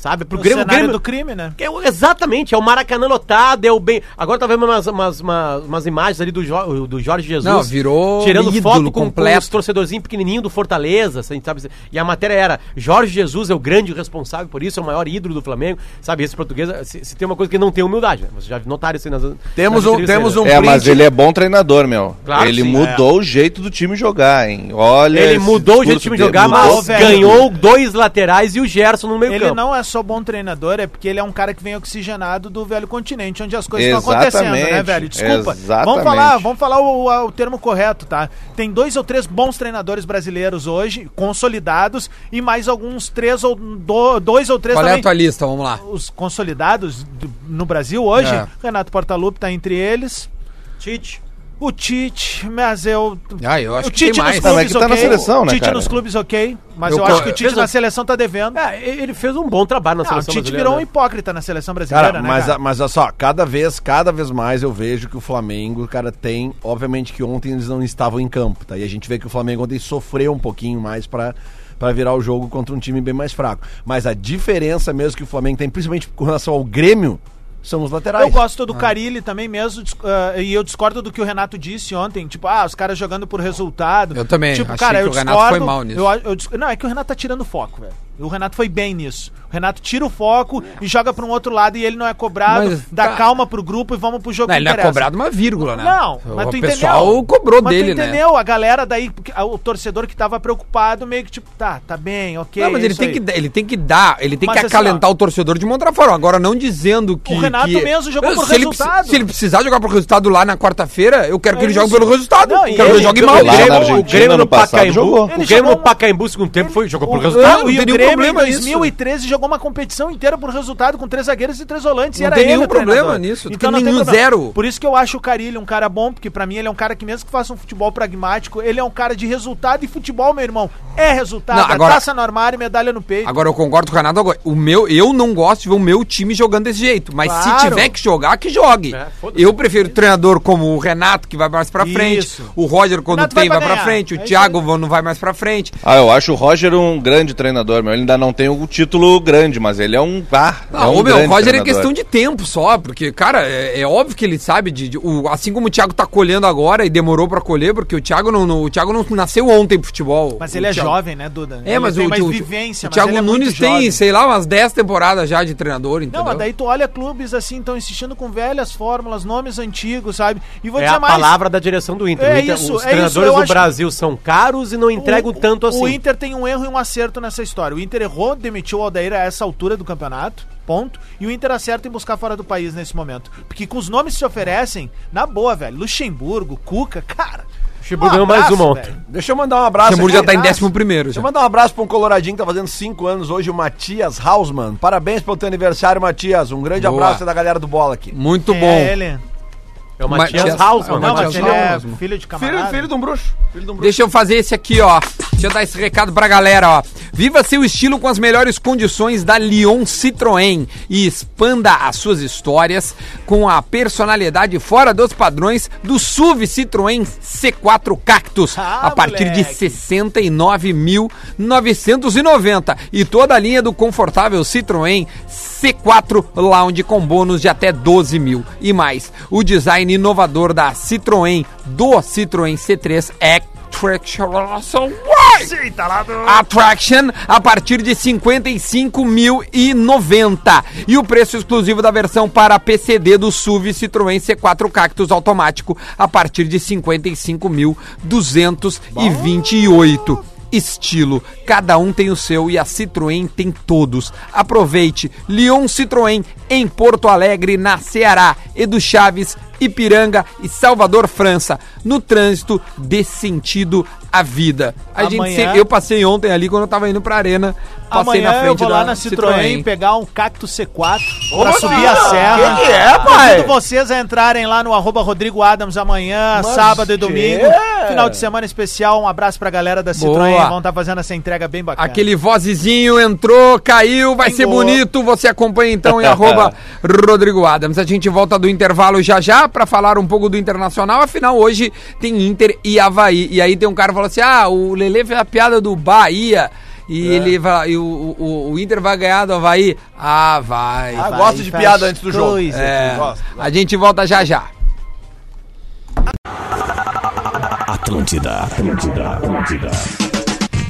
F: Sabe? Pro
E: O
F: Grêmio, o
E: cenário
F: Grêmio
E: do crime, né?
F: É o- exatamente, é o Maracanã lotado, é o bem. Agora tá vendo umas, umas, umas, umas imagens ali do, Jo- do Jorge Jesus.
B: Não, virou
F: tirando
B: ídolo
F: foto com, com
B: completo.
F: os torcedorzinhos pequenininho do Fortaleza, assim, sabe? E a matéria era: Jorge Jesus é o grande responsável por isso, é o maior ídolo do Flamengo, sabe? Esse português, se, se tem uma coisa que não tem humildade, né? Vocês já notaram isso aí nas.
C: Temos
F: nas
C: um-
F: entrevistas aí,
C: temos
F: né?
C: um
G: É, mas
C: print.
G: ele é bom treinador, meu.
F: Claro
G: ele
F: que sim, é.
G: mudou o jeito do time jogar, hein? Olha.
F: Ele
G: esse
F: mudou o jeito do
G: discurso
F: time
G: dele,
F: jogar,
G: mudou
F: mas
E: velho.
F: ganhou dois laterais e o Gerson no meio
E: é Ele
F: campo.
E: não é só bom treinador, é porque ele é um cara que vem oxigenado do velho continente, onde as coisas estão
G: Exatamente,
E: acontecendo, né, velho? Desculpa. Vamos
G: exatamente.
E: falar, vamos falar o, a- o termo correto, tá? Tem dois ou três bons treinadores brasileiros hoje, consolidados, e mais alguns três ou do- dois ou três
B: Qual é
E: também.
B: a tua lista? Vamos lá.
E: Os consolidados do- no Brasil hoje,
B: É.
E: Renato Portaluppi tá entre eles.
F: Tite.
E: O Tite, mas eu.
B: Ah, eu acho
E: o
B: que tem
E: Tite nos
B: mais.
G: Não, mas é
E: clubes,
G: que tá na
E: ok.
G: seleção, né,
E: Tite
G: cara?
E: nos clubes, ok. Mas
B: Eu
E: eu,
B: co-
E: acho que o Tite
F: fez
E: na
F: o-
E: seleção tá devendo.
F: É, ele fez um bom trabalho na
E: Ah, o
F: seleção
E: Tite
F: brasileira.
E: virou um
F: né?
E: hipócrita na seleção brasileira,
C: Cara,
E: né?
C: mas,
E: cara?
C: a- mas olha só, cada vez, cada vez mais eu vejo que o Flamengo, cara, tem. Obviamente que ontem eles não estavam em campo, tá? E a gente vê que o Flamengo ontem sofreu um pouquinho mais pra. Pra virar o jogo contra um time bem mais fraco. Mas a diferença mesmo que o Flamengo tem, principalmente com relação ao Grêmio, são os laterais.
E: Eu gosto
B: Ah.
E: do Carilli também mesmo, dis- ah, e eu discordo do que o Renato disse ontem, tipo, ah, os caras jogando por resultado.
B: Eu também,
E: tipo,
B: achei que o Renato foi mal nisso.
E: eu a- eu dis- não, é que o Renato tá tirando foco, velho. O Renato foi bem nisso. O Renato tira o foco e joga pra um outro lado e ele não é cobrado,
B: Mas
E: dá
B: tá-
E: calma pro grupo e vamos pro jogo
B: Não,
E: que
B: ele não é
E: interessa.
B: cobrado uma vírgula, né?
E: Não,
B: o
E: mas tu entendeu.
B: pessoal cobrou
E: mas
B: dele,
E: tu
B: né?
E: entendeu? A galera daí, porque, ah, o torcedor que tava preocupado, meio que tipo, tá, tá bem, ok.
B: não, mas
E: é
B: ele
E: isso
B: tem,
E: aí.
B: que, dar- ele tem que dar, ele tem
E: Mas
B: que
E: assim,
B: acalentar o torcedor de uma outra forma. Agora, não dizendo que.
E: Renato
B: que-
E: mesmo jogou
B: Eu-
E: por
B: se ele
E: resultado.
B: precis- se ele precisar jogar por resultado lá na quarta-feira, eu quero que
E: É
B: ele jogue
E: isso.
B: pelo resultado.
E: Não, e
B: quero que ele
E: ele-
B: jogue
G: Lá
B: mal.
G: na
B: Grêmio-
G: Argentina,
F: o Grêmio
G: no
F: no
G: passado,
F: Pacaembu,
G: jogou.
F: o
E: um Ele
F: Grêmio
E: jogou
F: no Pacaembu segundo tempo foi jogou por resultado.
E: Não,
B: não
E: e o
B: tem nenhum
E: Grêmio em
B: problema nisso.
E: 2013 jogou uma competição inteira por resultado com três zagueiros e três volantes. e
B: Não
E: era
B: tem
E: ele
B: nenhum
E: o treinador.
B: problema nisso,
E: Então
B: tem
E: não tem
B: nenhum
E: problema.
B: zero.
E: Por isso que eu acho o Carilho um cara bom, porque pra mim ele é um cara que mesmo que faça um futebol pragmático, ele é um cara de resultado e futebol, meu irmão, é resultado.
B: Não,
E: É
B: agora-
E: taça no armário, e medalha no peito.
B: Agora eu concordo com o Renato agora. O meu, eu não gosto de ver o meu time jogando desse jeito. Mas se
E: Claro.
B: tiver que jogar, que jogue.
F: É, foda-se.
B: eu prefiro treinador como o Renato, que vai mais pra frente.
E: Isso.
B: O Roger, quando
E: Renato
B: tem, vai,
E: vai pra
B: pra
E: ganhar.
B: frente. O
E: É isso
B: Thiago não vai mais pra frente.
G: Ah, eu acho o Roger um grande treinador, meu. Ele ainda não tem um título grande, mas ele é um. Ah,
B: Não,
G: é um
B: ô, meu, o
G: grande
B: Roger é
G: treinador.
B: questão de tempo só, porque, cara, é, é óbvio que ele sabe de. de- o, assim como o Thiago tá colhendo agora e demorou pra colher, porque o Thiago não, não- o Thiago não nasceu ontem pro futebol.
E: Mas
B: O
E: ele é
B: Thiago-
E: jovem, né, Duda?
B: É, mas
E: ele
B: o,
E: tem mais
B: o-
E: vivência,
B: o Thiago
E: mas ele é muito
B: Nunes tem,
E: jovem.
B: sei lá, umas 10 temporadas já de treinador, entendeu?
E: Não, mas daí tu olha clubes assim, estão insistindo com velhas fórmulas, nomes antigos, sabe? E vou
F: É
E: dizer
F: a
E: mais.
F: palavra da direção do Inter.
E: É
F: O Inter-
E: isso,
F: os
E: é isso,
F: treinadores
E: eu
F: do
E: acho-
F: Brasil são caros e não entregam
E: O-
F: tanto assim.
E: O Inter tem um erro e um acerto nessa história. O Inter errou, demitiu o Aldair a essa altura do campeonato, ponto. E o Inter acerta em buscar fora do país nesse momento. Porque com os nomes que se oferecem, na boa, velho. Luxemburgo, Cuca, cara. Um
F: Luxemburgo ganhou mais uma ontem.
E: velho.
C: Deixa eu mandar um abraço.
B: Luxemburgo já
C: aqui.
B: tá em 11
C: Deixa
B: já.
C: eu mandar um abraço pra um coloradinho que tá fazendo 5 anos hoje, o Matias Hausmann. Parabéns pelo teu aniversário, Matias. Um grande
B: Boa.
C: abraço da galera do bola aqui.
B: Muito
E: Quem
B: bom.
E: É ele.
F: É o
B: Matias-
F: Matias,
B: é o
F: Hausmann.
E: Não,
B: Matias
E: mas ele é
B: Lamas,
E: filho de
C: Filho,
E: camarada.
C: filho de um bruxo. Filho de um bruxo.
B: Deixa eu fazer esse aqui, ó. Deixa eu dar esse recado pra galera, ó. Viva seu estilo com as melhores condições da Lyon Citroën e expanda as suas histórias com a personalidade fora dos padrões do SUV Citroën C4 Cactus
E: Ah,
B: a partir de
E: moleque.
B: 69.990 e toda a linha do confortável Citroën C4 Lounge com bônus de até 12 mil e mais. O design inovador da Citroën do Citroën C3 é Attraction a partir de 55.090 e o preço exclusivo da versão para PCD do SUV Citroën C4 Cactus automático a partir de 55.228. Estilo, cada um tem o seu e a Citroën tem todos. Aproveite Lyon Citroën em Porto Alegre, na Ceará, Edu Chaves, Ipiranga e Salvador, França, no trânsito de sentido à vida. A gente
E: Amanhã-
B: se- eu passei ontem ali quando eu tava indo pra arena, passei
E: Amanhã
B: na frente
E: eu vou lá
B: da
E: na Citroën, pegar um cacto C4 pra
C: Opa!
E: subir a serra.
C: Que que é, pai?
E: Convido vocês a entrarem lá no arroba Rodrigo Adams amanhã, sábado e domingo.
C: que-
E: Final de semana especial. Um abraço pra galera da Citroën.
B: Boa.
E: Vão estar fazendo essa entrega bem bacana.
B: Aquele vozezinho entrou, caiu, vai ser
E: Pingou.
B: bonito. Você acompanha então em arroba Rodrigo Adams. A gente volta do intervalo já já pra falar um pouco do Internacional. Afinal, hoje tem Inter e Havaí. E aí tem um cara que falou assim, ah, o Lele fez a piada do Bahia.
E: É.
B: E, ele vai, e o, o, o Inter vai ganhar do Havaí. Ah, vai.
C: Ah,
E: Vai,
C: gosto de
E: faz
C: piada antes do jogo.
E: coisa.
B: É,
C: Gosto,
B: a gente volta já já.
A: Atlântida, Atlântida, Atlântida.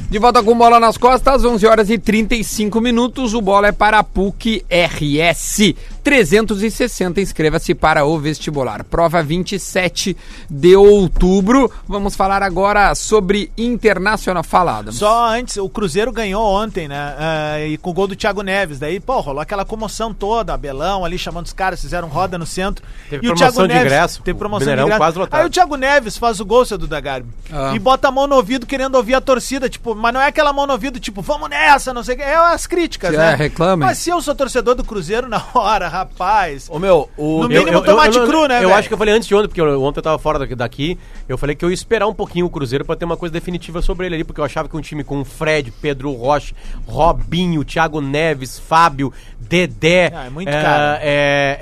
B: De volta com bola nas costas, 11 horas e 35 minutos. O bola é para a PUC RS 360. Inscreva-se para o vestibular. Prova 27 de outubro. Vamos falar agora sobre Internacional Falada.
E: Só antes, o Cruzeiro ganhou ontem, né? Ah, e com o gol do Thiago Neves. Daí, pô, rolou aquela comoção toda, Abelão ali chamando os caras, fizeram roda no centro.
F: Teve promoção de ingresso,
E: Teve
F: o
E: promoção
F: Mineirão
E: de ingresso.
F: quase lotado.
E: Aí o Thiago Neves faz o gol, seu Duda Garbi.
B: Ah.
E: E bota a mão no ouvido querendo ouvir a torcida, tipo, mas não é aquela mão no ouvido, tipo, vamos nessa, não sei o que. É as críticas,
B: Que é,
E: né?
B: reclamem.
E: Mas se eu sou torcedor do Cruzeiro, na hora, rapaz.
C: Ô meu, o.
E: No mínimo tomate
F: eu-
E: cru, né,
F: Eu
E: velho?
F: acho que eu falei antes de ontem, porque eu- ontem eu tava fora daqui- daqui. Eu falei que eu ia esperar um pouquinho o Cruzeiro pra ter uma coisa definitiva sobre ele ali, porque eu achava que um time com Fred, Pedro Rocha, Robinho, Thiago Neves, Fábio, Dedé.
E: Ah, é muito caro.
F: é-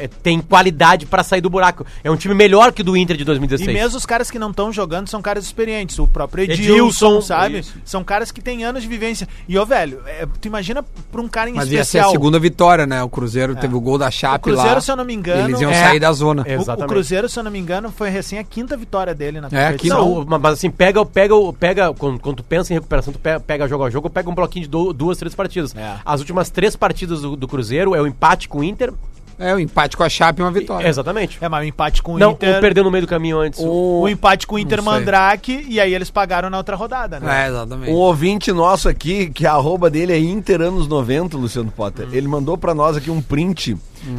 F: é- é- tem qualidade pra sair do buraco. É um time melhor que o do Inter de
E: E
F: 2016.
E: mesmo os caras que não estão jogando são caras experientes. O próprio Edilson,
F: Edilson,
E: sabe?
F: isso.
E: São caras que têm anos de vivência. E, ô, velho, é, tu imagina pra um cara em
B: Mas ia ser a
E: especial. É.
B: segunda vitória, né? O Cruzeiro teve o gol da Chape
E: O Cruzeiro,
B: lá.
E: se eu não me engano,
B: Eles iam
E: é-
B: sair da zona.
F: É.
E: O- o,
F: Exatamente.
E: Cruzeiro, se eu não me engano, foi recém a quinta vitória dele na
B: É, a quinta.
F: Não, ma- mas assim, pega, pega, pega quando, quando tu pensa em recuperação, tu pega, pega jogo a jogo, pega um bloquinho de do- duas, três partidas.
E: É.
F: As últimas três partidas do, do Cruzeiro é o empate com o Inter.
B: É, o empate com a Chape e uma vitória.
F: Exatamente.
E: É, mas o empate com o
F: Não,
E: Inter.
F: ou perdeu no meio do caminho antes.
E: O
B: É,
E: empate com o Inter
B: Não sei.
E: Mandrake e aí eles pagaram na outra rodada, né?
B: É, exatamente.
C: Um ouvinte nosso aqui, que a arroba dele é Inter anos 90, Luciano Potter. Ele mandou pra nós aqui um print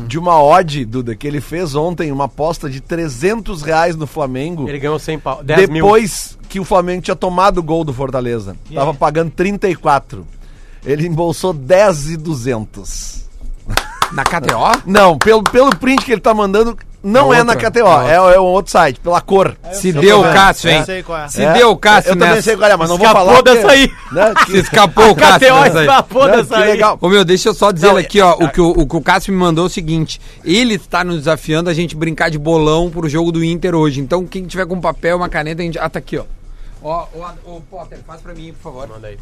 C: de uma odd, Duda, que ele fez ontem, uma aposta de 300 reais no Flamengo.
F: Ele ganhou 100 pau. 10 mil.
C: depois que o Flamengo tinha tomado o gol do Fortaleza.
E: E
C: Tava
E: aí?
C: pagando 34. Ele embolsou 10 e 200.
B: Na KTO?
C: Não, pelo, pelo print que ele tá mandando, não
B: É
C: é na
B: outra,
C: KTO, é, é um outro site, pela cor.
B: Se
C: Eu
B: deu
C: tô
B: o
C: vendo.
B: Cássio, hein?
E: Eu sei qual é.
B: Se
C: É,
B: deu o Cássio né?
C: Eu também
B: nessa.
C: sei qual é, mas não vou
F: Escapou
C: falar. porque,
F: dessa aí.
C: né,
E: é.
C: que-
B: Se escapou o Cássio. nessa
F: KTO
B: aí.
E: Ah,
F: escapou
C: né,
F: dessa
C: que
F: aí.
C: legal.
B: Ô meu, deixa eu só dizer aqui, ó, o que o, o que o Cássio me mandou é o seguinte, ele está nos desafiando a gente brincar de bolão pro jogo do Inter hoje, então quem tiver com papel, uma caneta, a gente... Ah, tá aqui, ó. Ó, ô, ô, Potter, faz pra mim, por favor.
F: Manda aí.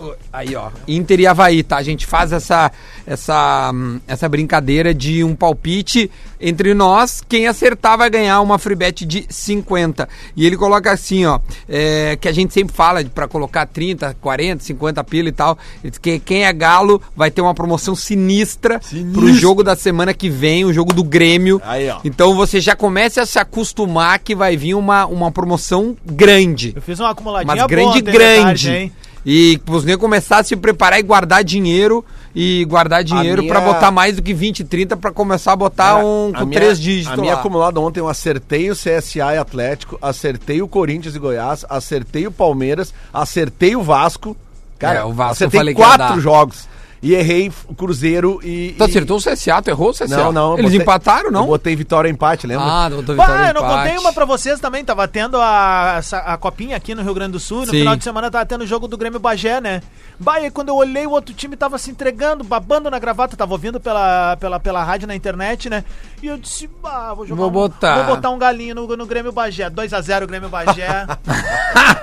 B: Ô, Aí, ó, Inter e Havaí, tá? A gente faz essa, essa, hum, essa brincadeira de um palpite entre nós. Quem acertar vai ganhar uma free bet de 50. E ele coloca assim, ó, é, que a gente sempre fala de- pra colocar 30, 40, 50 pila e tal. Ele diz que quem é galo vai ter uma promoção sinistra, pro jogo da semana que vem, o jogo do Grêmio.
C: Aí, ó.
B: Então você já começa a se acostumar que vai vir uma, uma promoção grande.
E: Eu fiz uma acumuladinha
B: Mas
E: boa
B: grande,
E: ontem de
B: grande.
E: tarde, hein?
B: e os negros começaram a se preparar e guardar dinheiro. E guardar dinheiro
C: minha-
B: pra botar mais do que 20, 30 pra começar a botar um
C: A
B: com
C: minha-
B: três dígitos.
C: A minha
B: lá.
C: acumulada ontem, eu acertei o CSA e Atlético, acertei o Corinthians e Goiás, acertei o Palmeiras, acertei o Vasco. Cara,
B: É, o Vasco eu
C: acertei
B: falei que ia
C: quatro
B: dar.
C: jogos. E errei o Cruzeiro e.
B: Tu
C: e-
B: acertou o CSA, tu errou o CSA?
C: Não, não. eu
B: Eles
C: botei-
B: empataram,
C: Eu
B: não?
C: botei vitória e empate, lembra?
B: Ah, não, tô
E: Bah, eu não contei uma pra vocês também, tava tendo a, essa- a copinha aqui no Rio Grande do Sul, e no
B: Sim.
E: final de semana tava tendo o jogo do Grêmio Bagé, né? Bah, e aí quando eu olhei, o outro time tava se entregando, babando na gravata, tava ouvindo pela, pela, pela rádio na internet, né? E eu disse, bah, vou jogar
B: Vou
E: um,
B: botar.
E: vou botar um galinho no, no Grêmio Bagé. 2x0 Grêmio Bagé.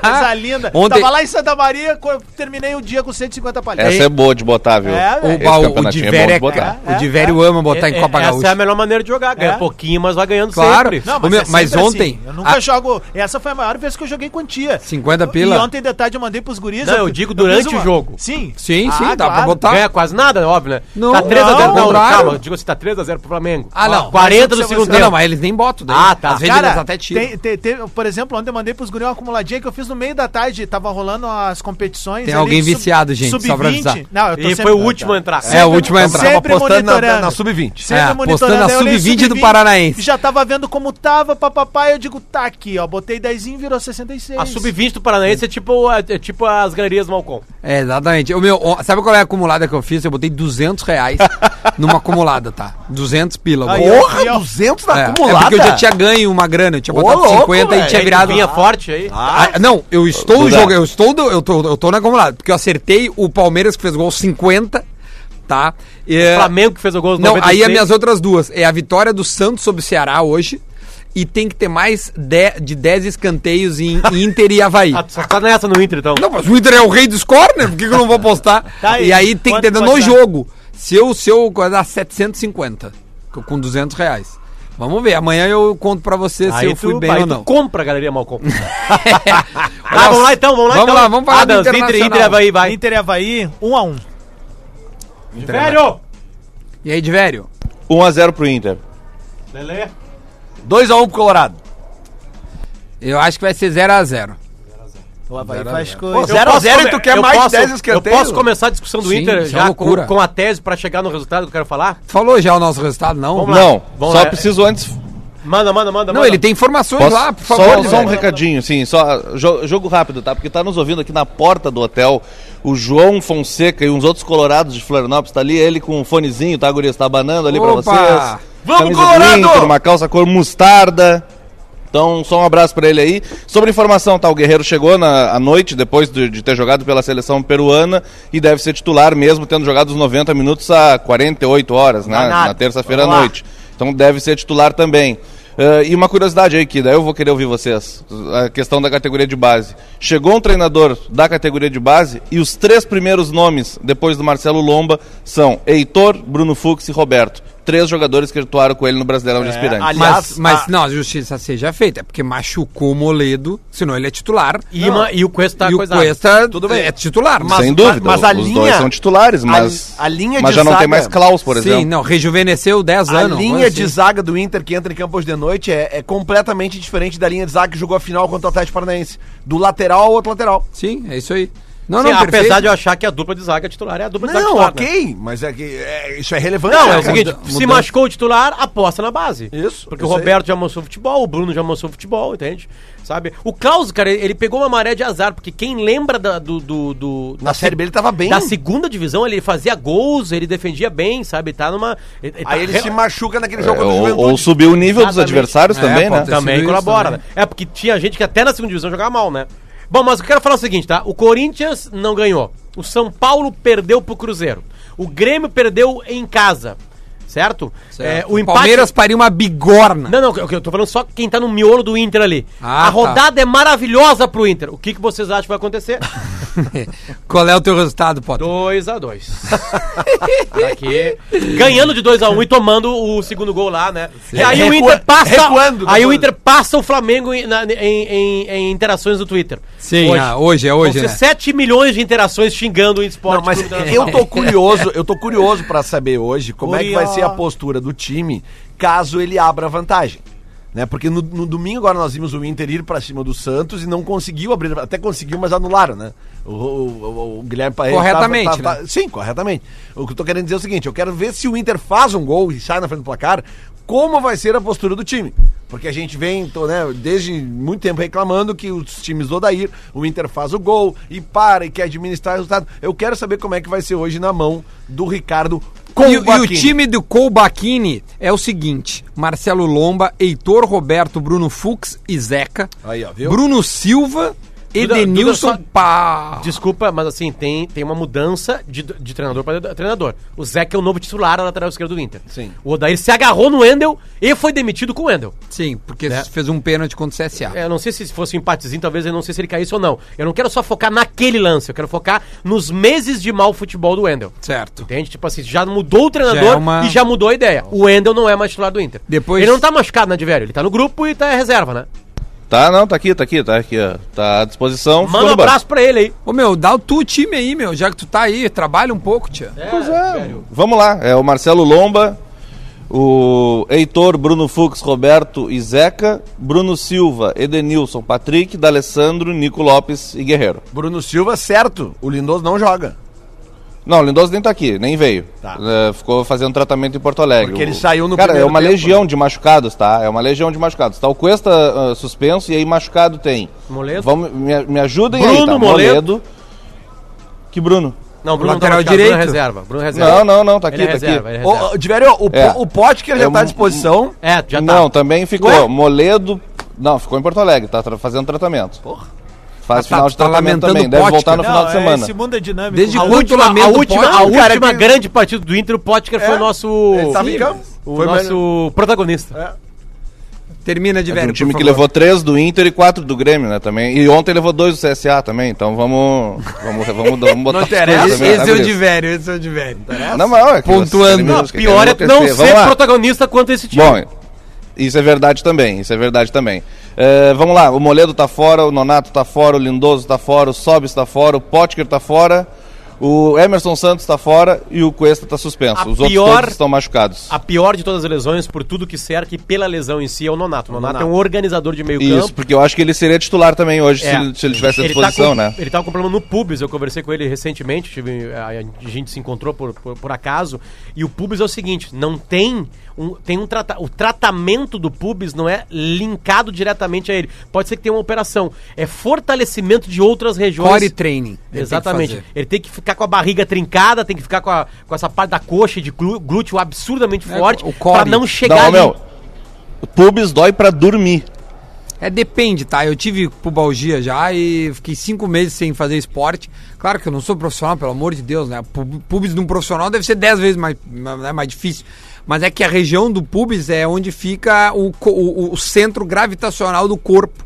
E: Coisa linda.
B: Ontem-
E: Tava lá em Santa Maria, co- terminei o dia com 150 palhaços.
G: Essa é boa de botar, viu?
E: É,
B: O,
E: velho.
G: Esse
B: baú- o
G: campeonatinho
B: Divério é,
G: de botar.
B: ca- o Divério ama botar em
F: É-
B: Copa
F: é-
B: Gaúcha.
F: Essa é a melhor maneira de jogar. Ganha
E: É.
F: pouquinho, mas vai ganhando
B: Claro.
F: sempre.
E: Não,
B: Ô,
E: mas,
B: meu,
E: é
B: mas
E: sempre
B: ontem-
E: assim. Eu nunca
B: a-
E: jogo. Essa foi a maior vez que eu joguei quantia.
B: 50 pila?
E: E ontem de tarde eu mandei pros guris.
F: Não, eu
E: fi-
F: digo
E: fiz
F: durante o jogo.
E: Sim.
B: Sim, sim, tá
E: Ah,
B: dá pra
E: claro.
B: botar.
F: Ganha quase nada, óbvio, né?
B: Não,
F: tá 3 a 0
B: não,
F: Não,
B: contrário.
F: calma. eu Digo assim, tá 3x0 pro Flamengo.
B: Ah, não.
F: 40 do
E: Mas
F: segundo
B: Não,
F: tempo.
B: não, mas eles nem botam daí.
F: Ah, tá.
B: Às vezes eles
E: Cara,
B: até tiram.
E: tem- tem- teve- por exemplo, ontem eu mandei pros guris uma acumuladinha que eu fiz no meio da tarde. Tava rolando as competições.
B: Tem
E: ali,
B: alguém
E: sub-
B: viciado, gente,
E: sub-
B: só pra
E: 20.
B: avisar.
E: Não, eu tô
F: E
E: sempre-
F: foi o último a entrar.
B: É, o último a
E: eu
B: entrar.
E: sempre
C: Tava apostando na- na,
E: monitorando.
C: na sub-20.
E: Sempre
B: É,
E: monitorando.
B: apostando na
E: aí eu olhei
B: sub-20 do
E: sub-20,
B: Paranaense.
E: Já tava vendo como tava, papapá. Eu digo, tá aqui, ó. Botei 10 virou 66.
F: A sub-20 do Paranaense é tipo, é, é tipo as galerias do Malcom.
B: É, exatamente. O meu, o- sabe qual é a acumulada que eu fiz? Eu botei 200 reais numa acumulada, tá? 200 pila.
E: Aí, ó.
C: Porra, 200 na
B: é, é
C: acumulada.
B: porque eu já tinha ganho uma grana, eu tinha botado
C: louco,
B: 50 e
C: velho.
B: tinha é virado.
F: É, Vinha forte aí.
B: Ah, não, eu estou no
G: Duda.
B: jogo, eu estou, do- eu tô, eu tô na acumulada, porque eu acertei o Palmeiras que fez gol 50, tá? E, eh,
F: Flamengo que fez o gol nos
B: Não, aí as
F: 96.
B: minhas outras duas. É a vitória do Santos sobre o Ceará hoje. E tem que ter mais de, de 10 escanteios em Inter e Havaí.
F: Ah, tu só tá nessa no Inter, então.
B: Não, mas o Inter é o rei do score, né? Por que, que eu não vou postar?
E: Tá aí.
B: E aí tem que
E: Quanto
B: ter
E: pode
B: no
E: dar?
B: jogo. Se eu, se eu guardar 750, co- com 200 reais. Vamos ver, amanhã eu conto pra você se
F: Aí
B: eu fui
F: tu-
B: bem
F: aí
B: ou
F: tu
B: não.
F: compra a galeria Malcom.
B: Nossa.
F: Ah, vamos lá então, vamos lá
B: Vamos
F: então.
B: lá, vamos falar
E: Ah,
B: do
F: Adams, Inter,
B: Internacional.
F: Inter, Havaí, vai.
E: Inter e Havaí, 1 um a 1 um.
F: Velho!
B: E aí, Divério?
G: 1x0 pro Inter.
F: Lelê.
C: 2x1 pro Colorado.
B: Eu acho que vai ser 0x0.
E: O Havaí faz
C: Pô,
E: coisa.
C: zero a zero e tu quer mais
F: posso,
C: 10
F: Eu
C: escanteios?
F: posso começar a discussão do
B: Sim,
F: Inter
B: isso é uma
F: já com,
B: loucura.
F: com a tese pra chegar no resultado que eu quero falar?
B: Falou já o nosso resultado, não?
G: Não,
F: Vamos
G: só
F: lá.
G: preciso antes
F: Manda, manda, manda.
B: Não,
F: manda.
B: ele tem informações
G: Posso-
B: lá, por
G: só,
B: favor.
G: só um
B: velho.
G: recadinho, sim, só jo- jogo rápido, tá? Porque tá nos ouvindo aqui na porta do hotel o João Fonseca e uns outros colorados de Florianópolis, tá ali, ele com um fonezinho, tá, gurias, tá banando ali
B: Opa!
G: pra vocês.
F: Vamos,
G: Camisa
F: Colorado!
G: Inter, uma calça cor mostarda. Então, só um abraço pra ele aí. Sobre informação, tá? O Guerreiro chegou na, à noite, depois de, de ter jogado pela seleção peruana, e deve ser titular mesmo, tendo jogado os 90 minutos a 48 horas, né?
F: Danado.
G: Na terça-feira à
F: Vamos lá.
G: noite. Então deve ser titular também. Ah, e uma curiosidade aí, que daí eu vou querer ouvir vocês. A questão da categoria de base. Chegou um treinador da categoria de base e os três primeiros nomes, depois do Marcelo Lomba, são Heitor, Bruno Fux e Roberto. Três jogadores que atuaram com ele no Brasileirão de Aspirantes.
F: É, ali-
B: Mas,
F: Aliás,
B: mas
F: a-
B: não, a justiça seja feita, é porque machucou o Moledo, senão ele é titular.
F: E, uma- e o Cuesta tá
B: e o
F: coisado.
B: Cuesta
C: Tudo bem.
B: é titular.
G: Sem
F: mas-
G: dúvida,
F: mas a
G: os dois
F: linha-
G: são titulares, mas,
C: a linha
G: mas
C: de
G: já não tem
C: zaga-
G: mais Klaus, por
B: Sim,
G: exemplo.
B: não, rejuvenesceu 10
C: A
B: anos.
C: linha
B: coisa
C: de
B: assim.
C: zaga do Inter que entra em campo hoje de noite é, é completamente diferente da linha de zaga que jogou a final contra o Atlético Paranaense. Do lateral ao outro lateral.
B: Sim, é isso aí. Não,
F: Sim,
B: não,
F: apesar
B: perfeito.
F: de eu achar que a dupla de zaga titular é a dupla de zaga
C: Não,
F: titular. né?
C: ok, mas é que é- isso é relevante.
F: Não,
C: né,
F: é o
C: cara?
F: seguinte,
B: muda-
F: se
B: mudança.
F: machucou o titular, aposta na base.
C: Isso,
F: Porque
C: isso
F: o
C: aí.
F: Roberto já mostrou futebol, o Bruno já mostrou futebol, entende? Sabe? O Klaus, cara, ele pegou uma maré de azar, porque quem lembra da, do, do, do-
C: Na Série B ele tava bem.
F: da segunda divisão, ele fazia gols, ele defendia bem, sabe? Tá numa. ele- ele tá
C: Aí ele
F: re-
C: se machuca naquele
G: É,
C: jogo contra o
G: ou, ou
C: Juventude.
G: subiu o nível dos
F: Exatamente.
G: adversários
B: É,
G: também, né?
B: pode ter
F: Também
B: sido
F: colabora,
B: isso
F: né? É porque tinha gente que até na segunda divisão jogava mal, né? Bom, mas eu quero falar o seguinte, tá? O Corinthians não ganhou. O São Paulo perdeu pro Cruzeiro. O Grêmio perdeu em casa. Certo? É, o empate...
B: Palmeiras pariu uma bigorna.
F: Não, não, eu eu tô falando só quem tá no miolo do Inter ali.
B: Ah,
C: tá.
F: a rodada é maravilhosa pro Inter. O que, que vocês acham que vai acontecer?
B: Qual é o teu resultado, Potter?
F: 2x2.
C: Tá
F: Aqui. Ganhando de 2x1 e tomando o segundo gol lá, né? E aí o
C: Recua-
F: Inter passa.
C: recuando
F: aí o
C: depois.
F: Inter passa o Flamengo em, na- em- em- em interações no Twitter.
B: Sim, ah, hoje, é hoje,
F: Vão ser
B: né?
F: 7 milhões de interações xingando o esporte.
C: Não, mas eu tô curioso, eu tô curioso pra saber hoje como é que vai ser a postura do time caso ele abra vantagem. Né? Porque no, no domingo agora nós vimos o Inter ir pra cima do Santos e não conseguiu abrir, até conseguiu, mas anularam, né? O, o- o- o Guilherme Paes
B: Corretamente, né?
C: Sim, corretamente. O que eu tô querendo dizer é o seguinte, eu quero ver se o Inter faz um gol e sai na frente do placar, como vai ser a postura do time. Porque a gente vem, tô, né, desde muito tempo reclamando que os times do Odair, o Inter faz o gol e para e quer administrar o resultado. Eu quero saber como é que vai ser hoje na mão do Ricardo com
B: E, o- e o time do Colbaquini é o seguinte: Marcelo Lomba, Heitor Roberto, Bruno Fux e Zeca.
C: Aí, ó, viu?
B: Bruno Silva,
F: Duda,
B: Edenilson
F: Duda, só-
B: Pá.
F: Desculpa, mas assim, tem, tem uma mudança de, de treinador para treinador. O Zeca é o novo titular na lateral esquerda do Inter.
C: Sim.
F: O Odair se agarrou no Endel e foi demitido com o Endel.
B: Sim, porque
F: Né?
B: fez um pênalti contra o CSA.
F: É, Eu não sei se fosse um empatezinho, talvez eu não sei se ele caísse ou não. Eu não quero só focar naquele lance, eu quero focar nos meses de mau futebol do Wendel.
B: Certo.
F: Entende? Tipo assim, já mudou o treinador
B: Já é uma-
F: e já mudou a ideia. O Wendel não é mais titular do Inter.
B: Depois-
F: Ele não tá machucado, né, de velho? Ele tá no grupo e tá em reserva, né?
G: Tá, não, tá aqui, tá aqui, tá aqui, ó. Tá à disposição. ficou
F: Manda um
G: no banco.
F: abraço pra ele aí.
B: Ô meu, dá o tu time aí, meu, já que tu tá aí, trabalha um pouco, tia.
G: Pois é. Vamos lá. É o Marcelo Lomba, o Heitor, Bruno Fux, Roberto e Zeca, Bruno Silva, Edenilson, Patrick, D'Alessandro, Nico Lopes e Guerreiro.
C: Bruno Silva, certo, o Lindoso não joga.
G: Não, o Lindoso nem tá aqui, nem veio.
C: Tá.
G: É, ficou fazendo tratamento em Porto Alegre.
C: Porque ele
G: O-
C: saiu no
G: Cara, é
C: primeiro
G: uma
C: tempo, né?
G: legião de machucados, tá? É uma legião de machucados. Tá o Cuesta ah, suspenso e aí machucado tem.
F: Moledo?
G: Vamos, me, me ajudem aí,
F: Bruno
G: tá?
F: Moledo.
G: Que Bruno?
F: Não, Bruno
B: Lateral
F: não tá machucado, Bruno é
B: direito.
F: reserva. Bruno é reserva.
G: Não, não, não, tá aqui,
F: Ele é
G: tá aqui.
F: reserva, ele é
C: Ô,
F: reserva.
C: ô, Diverio, o,
G: É.
C: po- o Potker já
G: É
C: tá à
G: um-
C: disposição.
F: É, já tá.
G: Não, também ficou.
C: Ué?
G: Moledo. Não, ficou em Porto Alegre, tá tra- fazendo tratamento.
C: Porra.
G: Faz
B: Tá-
G: final de
B: tá
G: tratamento
B: lamentando
G: também.
B: o
G: Deve
B: Potker.
G: voltar no
E: Não,
G: final de
E: é,
G: semana.
E: Esse mundo é dinâmico.
B: Desde
E: A
F: A
B: quando-
E: última-
F: última,
B: lamento
F: a
B: do
F: última,
B: Potker,
F: a
C: cara,
F: última
C: que-
F: grande partida do Inter, o Potker
G: É.
F: foi o
B: um
F: nosso.
G: tá
C: Ele tá tava em
F: Sim,
C: campo.
F: o
C: Foi
F: nosso protagonista.
B: Termina de
G: É
B: ver.
G: um time que levou três do Inter e quatro do Grêmio, né? Também. E ontem levou dois do CSA também. Então vamos. Vamos, vamos, vamos botar
B: Não
G: as
B: interessa,
G: coisas também,
B: esse
G: né,
B: é o
G: guris?
B: de velho, esse é o de velho.
G: Não, mas olha, que
B: Pontuando.
G: vocês querem
F: Não,
G: me- querem
F: pior é
G: enlouquecer.
F: não
G: Vamos
F: ser
G: lá.
F: protagonista quanto esse time.
G: Bom, isso é verdade também, isso é verdade também. É, vamos lá, o Moledo tá fora, o Nonato tá fora, o Lindoso tá fora, o Sobis tá fora, o Potker tá fora, O Emerson Santos está fora e o Cuesta está
F: A
G: suspenso. Os outros
F: pior-
G: todos estão machucados.
F: A pior de todas as lesões, por tudo que cerca e pela lesão em si, é o Nonato. O Nonato, é um organizador de meio
G: Isso,
F: campo.
G: porque eu acho que ele seria titular também hoje se,
F: É.
G: ele, se ele tivesse à
F: tá
G: disposição,
F: com-
G: né?
F: Ele tava com problema no Pubis, eu conversei com ele recentemente, tive- eh, a a gente se encontrou por, por, por acaso, e o Pubis é o seguinte, não tem um, tem um trata, o tratamento do Pubis não é linkado diretamente a ele. Pode ser que tenha uma operação, é fortalecimento de outras regiões.
B: Core training. ele tem que
F: Exatamente.
B: fazer.
F: Ele tem que ficar com a barriga trincada, tem que ficar com, a- com essa parte da coxa e de glú- glúteo absurdamente
B: É,
F: forte
B: o
F: pra
B: core.
F: não chegar
G: Não,
F: ali.
G: meu. O pubis dói pra dormir.
B: É, depende, tá? Eu tive pubalgia já e fiquei cinco meses sem fazer esporte. Claro que eu não sou profissional, pelo amor de Deus, né? Pub- Pubis de um profissional deve ser dez vezes mais, né, mais difícil. Mas é que a região do pubis é onde fica o, co- o- o centro gravitacional do corpo.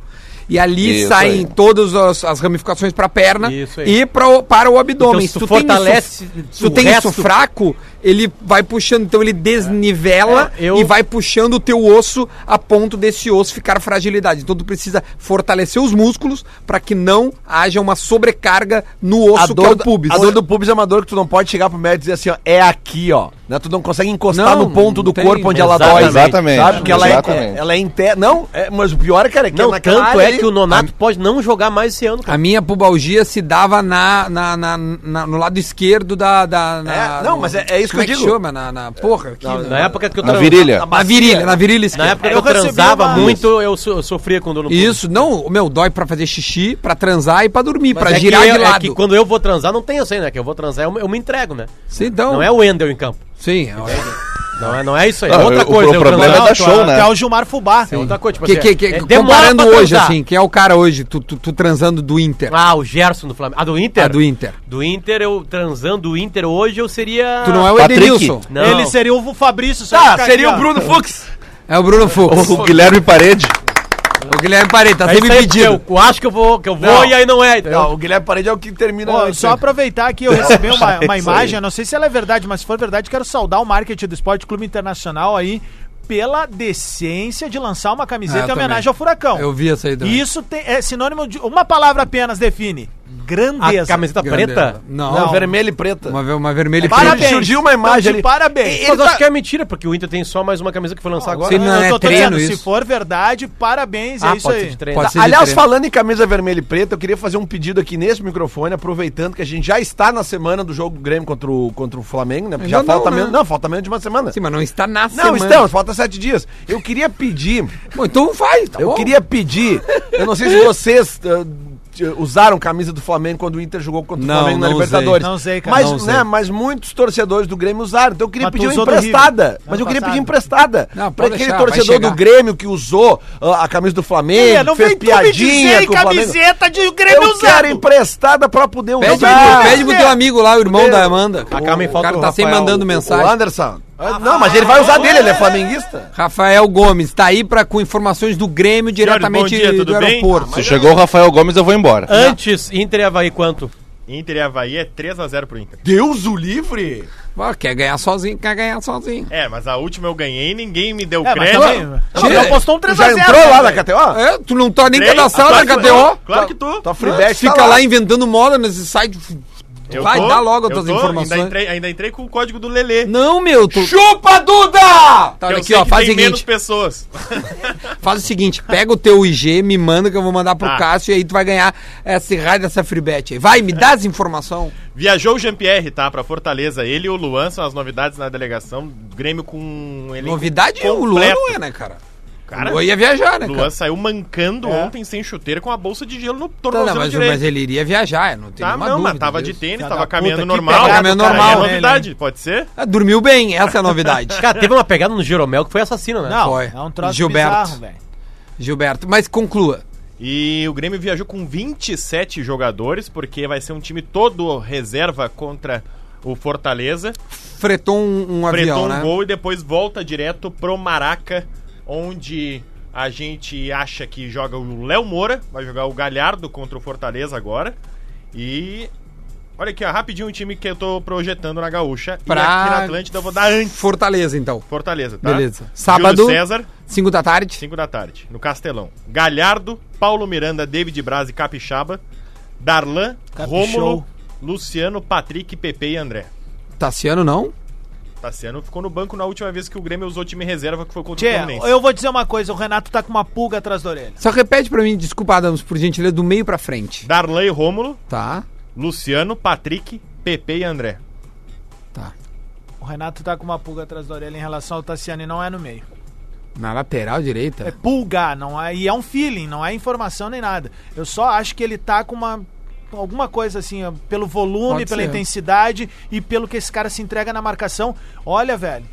B: E ali
G: Isso
B: saem
G: aí.
B: todas as, as ramificações pra perna
F: Isso aí.
B: e pra, o- para o abdômen.
F: Então, se tu fortalece
B: isso, se
F: o
B: tu tem
F: resto-
B: isso fraco, ele vai puxando, então ele desnivela
F: É, eu-
B: e vai vai puxando o teu osso a ponto desse osso ficar fragilidade. Então tu precisa fortalecer os músculos para que não haja uma sobrecarga no osso que é o
C: da-
B: pubis.
C: a dor do pubis é uma dor que tu não pode chegar pro médico e dizer assim, ó, é aqui, ó. Né? Tu não consegue encostar
B: Não,
C: no ponto
B: não
C: do
B: tem.
C: corpo onde ela
F: Exatamente.
C: dói.
G: Exatamente.
C: Sabe? Porque ela é,
G: Exatamente.
C: ela é interna. Não, é- mas o pior, cara, é que
F: Não,
C: naquela
F: tanto
C: área
F: é
C: ali-
F: que o Nonato pode não jogar mais esse ano.
B: A minha pubalgia se dava na, na- na- na- no lado esquerdo da. da- na-
C: É, não, mas é- é isso
B: como
C: que eu
B: que
C: digo.
B: chama? Na, na- porra, aqui, né?
F: Na época que eu
G: Na
F: tran-
G: virilha.
B: Na
C: é.
B: virilha, na virilha
F: Na
B: esquerda.
F: época que
E: Eu
F: eu um
E: recebi
F: transava
E: uma-
F: muito, eu, so- eu sofria com dor no pubis.
B: Isso, não, o meu dói pra fazer xixi, pra transar e pra dormir,
F: Mas
B: pra
F: é que
B: girar
F: eu-
B: de
F: é
B: lado.
F: que quando eu vou transar, não tem essa aí, né? Que eu vou transar, eu, me- eu me entrego, né?
B: Sim, então.
F: Não é o Wendel em campo.
B: Sim, é o-
F: Não é, não é isso aí.
G: Não,
F: é outra
G: o- o
F: coisa. eu
G: problema
F: transar,
G: é dar
F: eu
G: show,
F: transar.
G: né?
E: É o Gilmar Fubá.
F: É outra coisa. Tipo
B: que, que-
F: assim,
B: que-
F: é, demora
B: comparando
F: pra
B: hoje,
F: transar.
B: assim, quem é o cara hoje? Tu, tu- tu transando do Inter.
F: Ah, o Gerson do Flamengo. Ah, do Inter?
B: Ah, do Inter.
F: Do Inter, eu transando o Inter hoje, eu seria.
B: tu não é o
G: Patrick.
B: Edenilson.
F: Não.
E: Ele seria o Fabrício. só
F: Ah,
E: ficar
F: seria
E: aqui,
F: o
E: ó.
F: Bruno Fux.
B: É o Bruno Fux.
G: O Guilherme Parede.
B: O Guilherme Parede, tá
F: É
B: sempre
F: isso aí, porque
B: pedindo.
F: eu, eu acho que eu vou, que eu vou
C: Não.
F: e aí não é. entendeu?
C: Não, o Guilherme Parede é o que termina.
E: Ó, só aproveitar aqui, eu recebi uma, uma imagem, eu não sei se ela é verdade, mas se for verdade, quero saudar o marketing do Esporte Clube Internacional aí pela decência de lançar uma
B: Ah,
E: camiseta
B: eu
E: em homenagem
B: também.
E: ao Furacão.
B: Eu vi essa aí também.
E: Isso tem- é sinônimo de... Uma palavra apenas define. Grandeza.
F: A camiseta preta?
B: Não,
E: Não.
C: vermelho e preta.
B: Uma, ve- uma vermelha e
E: Parabéns.
B: preta.
C: Surgiu uma imagem
E: Então, de
C: ali.
E: Parabéns.
F: Mas eu acho que é mentira, porque o Inter tem só mais uma camisa que foi lançada agora.
B: Sim, tá- não,
E: Eu
B: é
E: tô- tô
B: treino
E: dizendo, Se
B: isso.
E: for verdade, parabéns, é isso
F: Ah, pode
E: aí.
F: ser de treino.
B: Pode ser de
C: Tá, Aliás,
B: trem.
C: falando em camisa vermelha e preta, eu queria fazer um pedido aqui nesse microfone, aproveitando que a gente já está na semana do jogo do Grêmio contra o, contra o Flamengo, né? Porque já
B: Ainda
C: falta
B: não, né?
C: menos. Não, falta menos de uma semana.
B: Sim, mas não está na
C: não,
B: semana.
C: estamos, falta sete dias. Eu queria pedir.
B: Bom, então vai, tá
C: Eu
B: bom.
C: queria pedir. Eu não sei se vocês. ah, t- usaram camisa do Flamengo quando o Inter jogou contra o
B: Não,
C: Flamengo na
B: não usei.
C: Libertadores.
E: Não usei, cara.
C: Mas,
B: Não
C: né,
B: usei.
C: mas muitos torcedores do Grêmio usaram. Então eu queria
E: Mas tu
C: pedir uma
E: usou do River.
C: emprestada. Mas
E: Ano
C: eu queria
E: passado.
C: pedir emprestada.
B: Não,
C: Pra
B: pode
C: aquele
B: deixar, vai
C: torcedor
B: chegar.
C: do Grêmio que usou ah, a camisa do Flamengo,
E: É, não
C: que fez
E: vem tu me
C: piadinha
E: dizer
C: com o Flamengo.
E: camiseta de Grêmio
C: Eu quero
E: usado.
C: emprestada pra poder
B: Pede,
C: usar.
B: pro, pede pro teu amigo lá, o irmão da Amanda.
F: A Carmen
B: o
F: falta
B: cara
F: o
B: tá sempre
F: Rafael,
B: mandando mensagem.
C: O Anderson. Ah, Não, mas ele vai usar dele, ele é flamenguista.
B: Rafael Gomes, tá aí pra, com informações do Grêmio diretamente
H: bom dia, tudo
B: do
H: bem?
B: aeroporto.
G: Se chegou o Rafael Gomes, eu vou embora.
F: Antes, Inter e Havaí quanto?
H: Inter e Havaí é 3x0 pro Inter.
C: Deus o livre?
B: Ah, quer ganhar sozinho, quer ganhar sozinho.
H: É, mas a última eu ganhei e ninguém me deu
E: É, mas
H: crédito.
E: também... Não,
B: Tira.
E: eu postou um 3x0.
C: Já entrou lá na
E: cara.
C: KTO?
B: É, tu não tá nem
H: Três-
B: cadastrado na
H: Ah, claro que eu-
B: KTO.
H: Claro que tu.
C: Tua
B: Não,
C: freebet
B: Fica lá inventando moda nesse site.
H: Eu
B: Vai,
H: tô-
B: dá logo as
H: eu
B: tuas
H: tô-
B: informações.
H: Ainda entrei, ainda entrei com o código do Lelê.
B: Não, meu, tu.
C: Chupa, Duda!
B: Tá,
H: que eu
B: aqui,
H: sei
B: ó,
H: que
B: faz o
H: tem menos
B: seguinte.
H: pessoas.
B: Faz o seguinte, pega o teu IG, me manda que eu vou mandar pro
H: Tá.
B: Cássio e aí tu vai ganhar esse raio dessa free bet aí. Vai, me dá as informações.
H: Viajou o Jean-Pierre, tá? Pra Fortaleza. Ele e o Luan são as novidades na delegação. Grêmio com ele.
B: Novidade o Luan não é, né, cara?
H: Cara,
B: o Luan ia viajar, né,
H: Luan
B: cara?
H: saiu mancando ontem sem chuteira com a bolsa de gelo no
B: Tá,
H: tornozelo
B: não, mas,
H: direito.
B: mas ele iria viajar, não tem
H: Tá,
B: nenhuma
H: não,
B: dúvida.
H: mas tava de
B: disso.
H: tênis,
E: Filha da
H: tava caminhando
E: puta, que
H: normal.
E: pegada
B: do
H: Cara, é
B: caralho, né,
H: novidade, pode ser?
B: Ah, dormiu bem, essa é a novidade.
F: Cara, teve uma pegada no Jeromel que foi assassino, né?
E: Não,
B: Foi.
E: é um troço
B: Gilberto.
E: bizarro, velho.
B: Gilberto, mas conclua.
H: E o Grêmio viajou com 27 jogadores, porque vai ser um time todo reserva contra o Fortaleza.
B: Fretou um, um avião,
H: Fretou um
B: né?
H: gol e depois volta direto pro Maraca, onde a gente acha que joga o Léo Moura, vai jogar o Galhardo contra o Fortaleza agora. E olha aqui, ó, rapidinho o time que eu tô projetando na Gaúcha. E
B: Pra-
H: aqui na Atlântida eu vou dar antes.
B: Fortaleza, então.
H: Fortaleza, tá?
B: Beleza.
H: Júlio
B: Sábado,
H: César,
B: 5 da tarde.
H: 5 da tarde, no Castelão. Galhardo, Paulo Miranda, David Braz e Capixaba. Darlan,
E: Caprichou.
H: Rômulo, Luciano, Patrick, Pepe e André.
B: Tassiano não?
H: Tassiano ficou no banco na última vez que o Grêmio usou time reserva, que foi contra o
E: Tchê,
H: Fluminense.
E: eu vou dizer uma coisa, o Renato tá com uma pulga atrás da orelha.
B: Só repete pra mim, desculpa, Adams, por gentileza, do meio pra frente.
H: Darley Rômulo,
B: Tá,
H: Luciano, Patrick, Pepe e André.
B: tá.
E: O Renato tá com uma pulga atrás da orelha em relação ao Tassiano e não é no meio.
B: Na lateral direita?
E: É pulgar, não é, e é um feeling, não é informação nem nada. Eu só acho que ele tá com uma alguma coisa assim, ó, pelo volume,
B: Pode
E: pela
B: ser.
E: intensidade e pelo que esse cara se entrega na marcação. Olha, velho,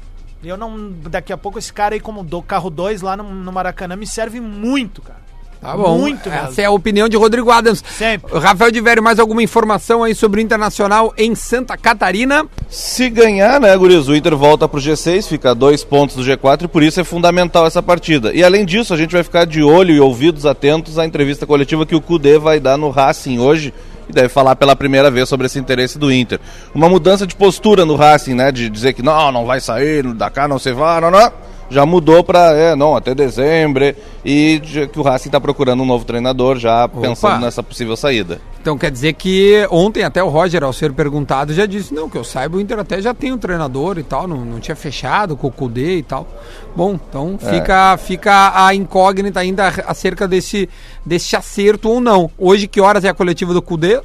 E: eu não daqui a pouco esse cara aí como do carro 2 lá no, no Maracanã me serve muito, cara.
B: Tá bom.
E: Muito é
B: Essa
E: mesmo.
B: é a opinião de Rodrigo Adams.
E: Sempre.
B: Rafael de Vério, mais alguma informação aí sobre o Internacional em Santa Catarina?
G: Se ganhar, né, Guriz, o Inter volta pro G6, fica a dois pontos do G4 e por isso é fundamental essa partida. E além disso, a gente vai ficar de olho e ouvidos atentos à entrevista coletiva que o Cudê vai dar no Racing hoje e deve falar pela primeira vez sobre esse interesse do Inter. Uma mudança de postura no Racing, né, de dizer que não, não vai sair, da cá não se vá, não, não. Já mudou pra, é, não, até dezembro e de- que o Racing tá procurando um novo treinador já pensando nessa possível saída.
B: Então quer dizer que ontem até o Roger, ao ser perguntado, já disse, não, que eu saiba, o Inter até já tem um treinador e tal, não, não tinha fechado com o Cudê e tal. Bom, então fica, fica a incógnita ainda acerca desse, desse acerto ou não. Hoje, que horas é a coletiva do Cudê?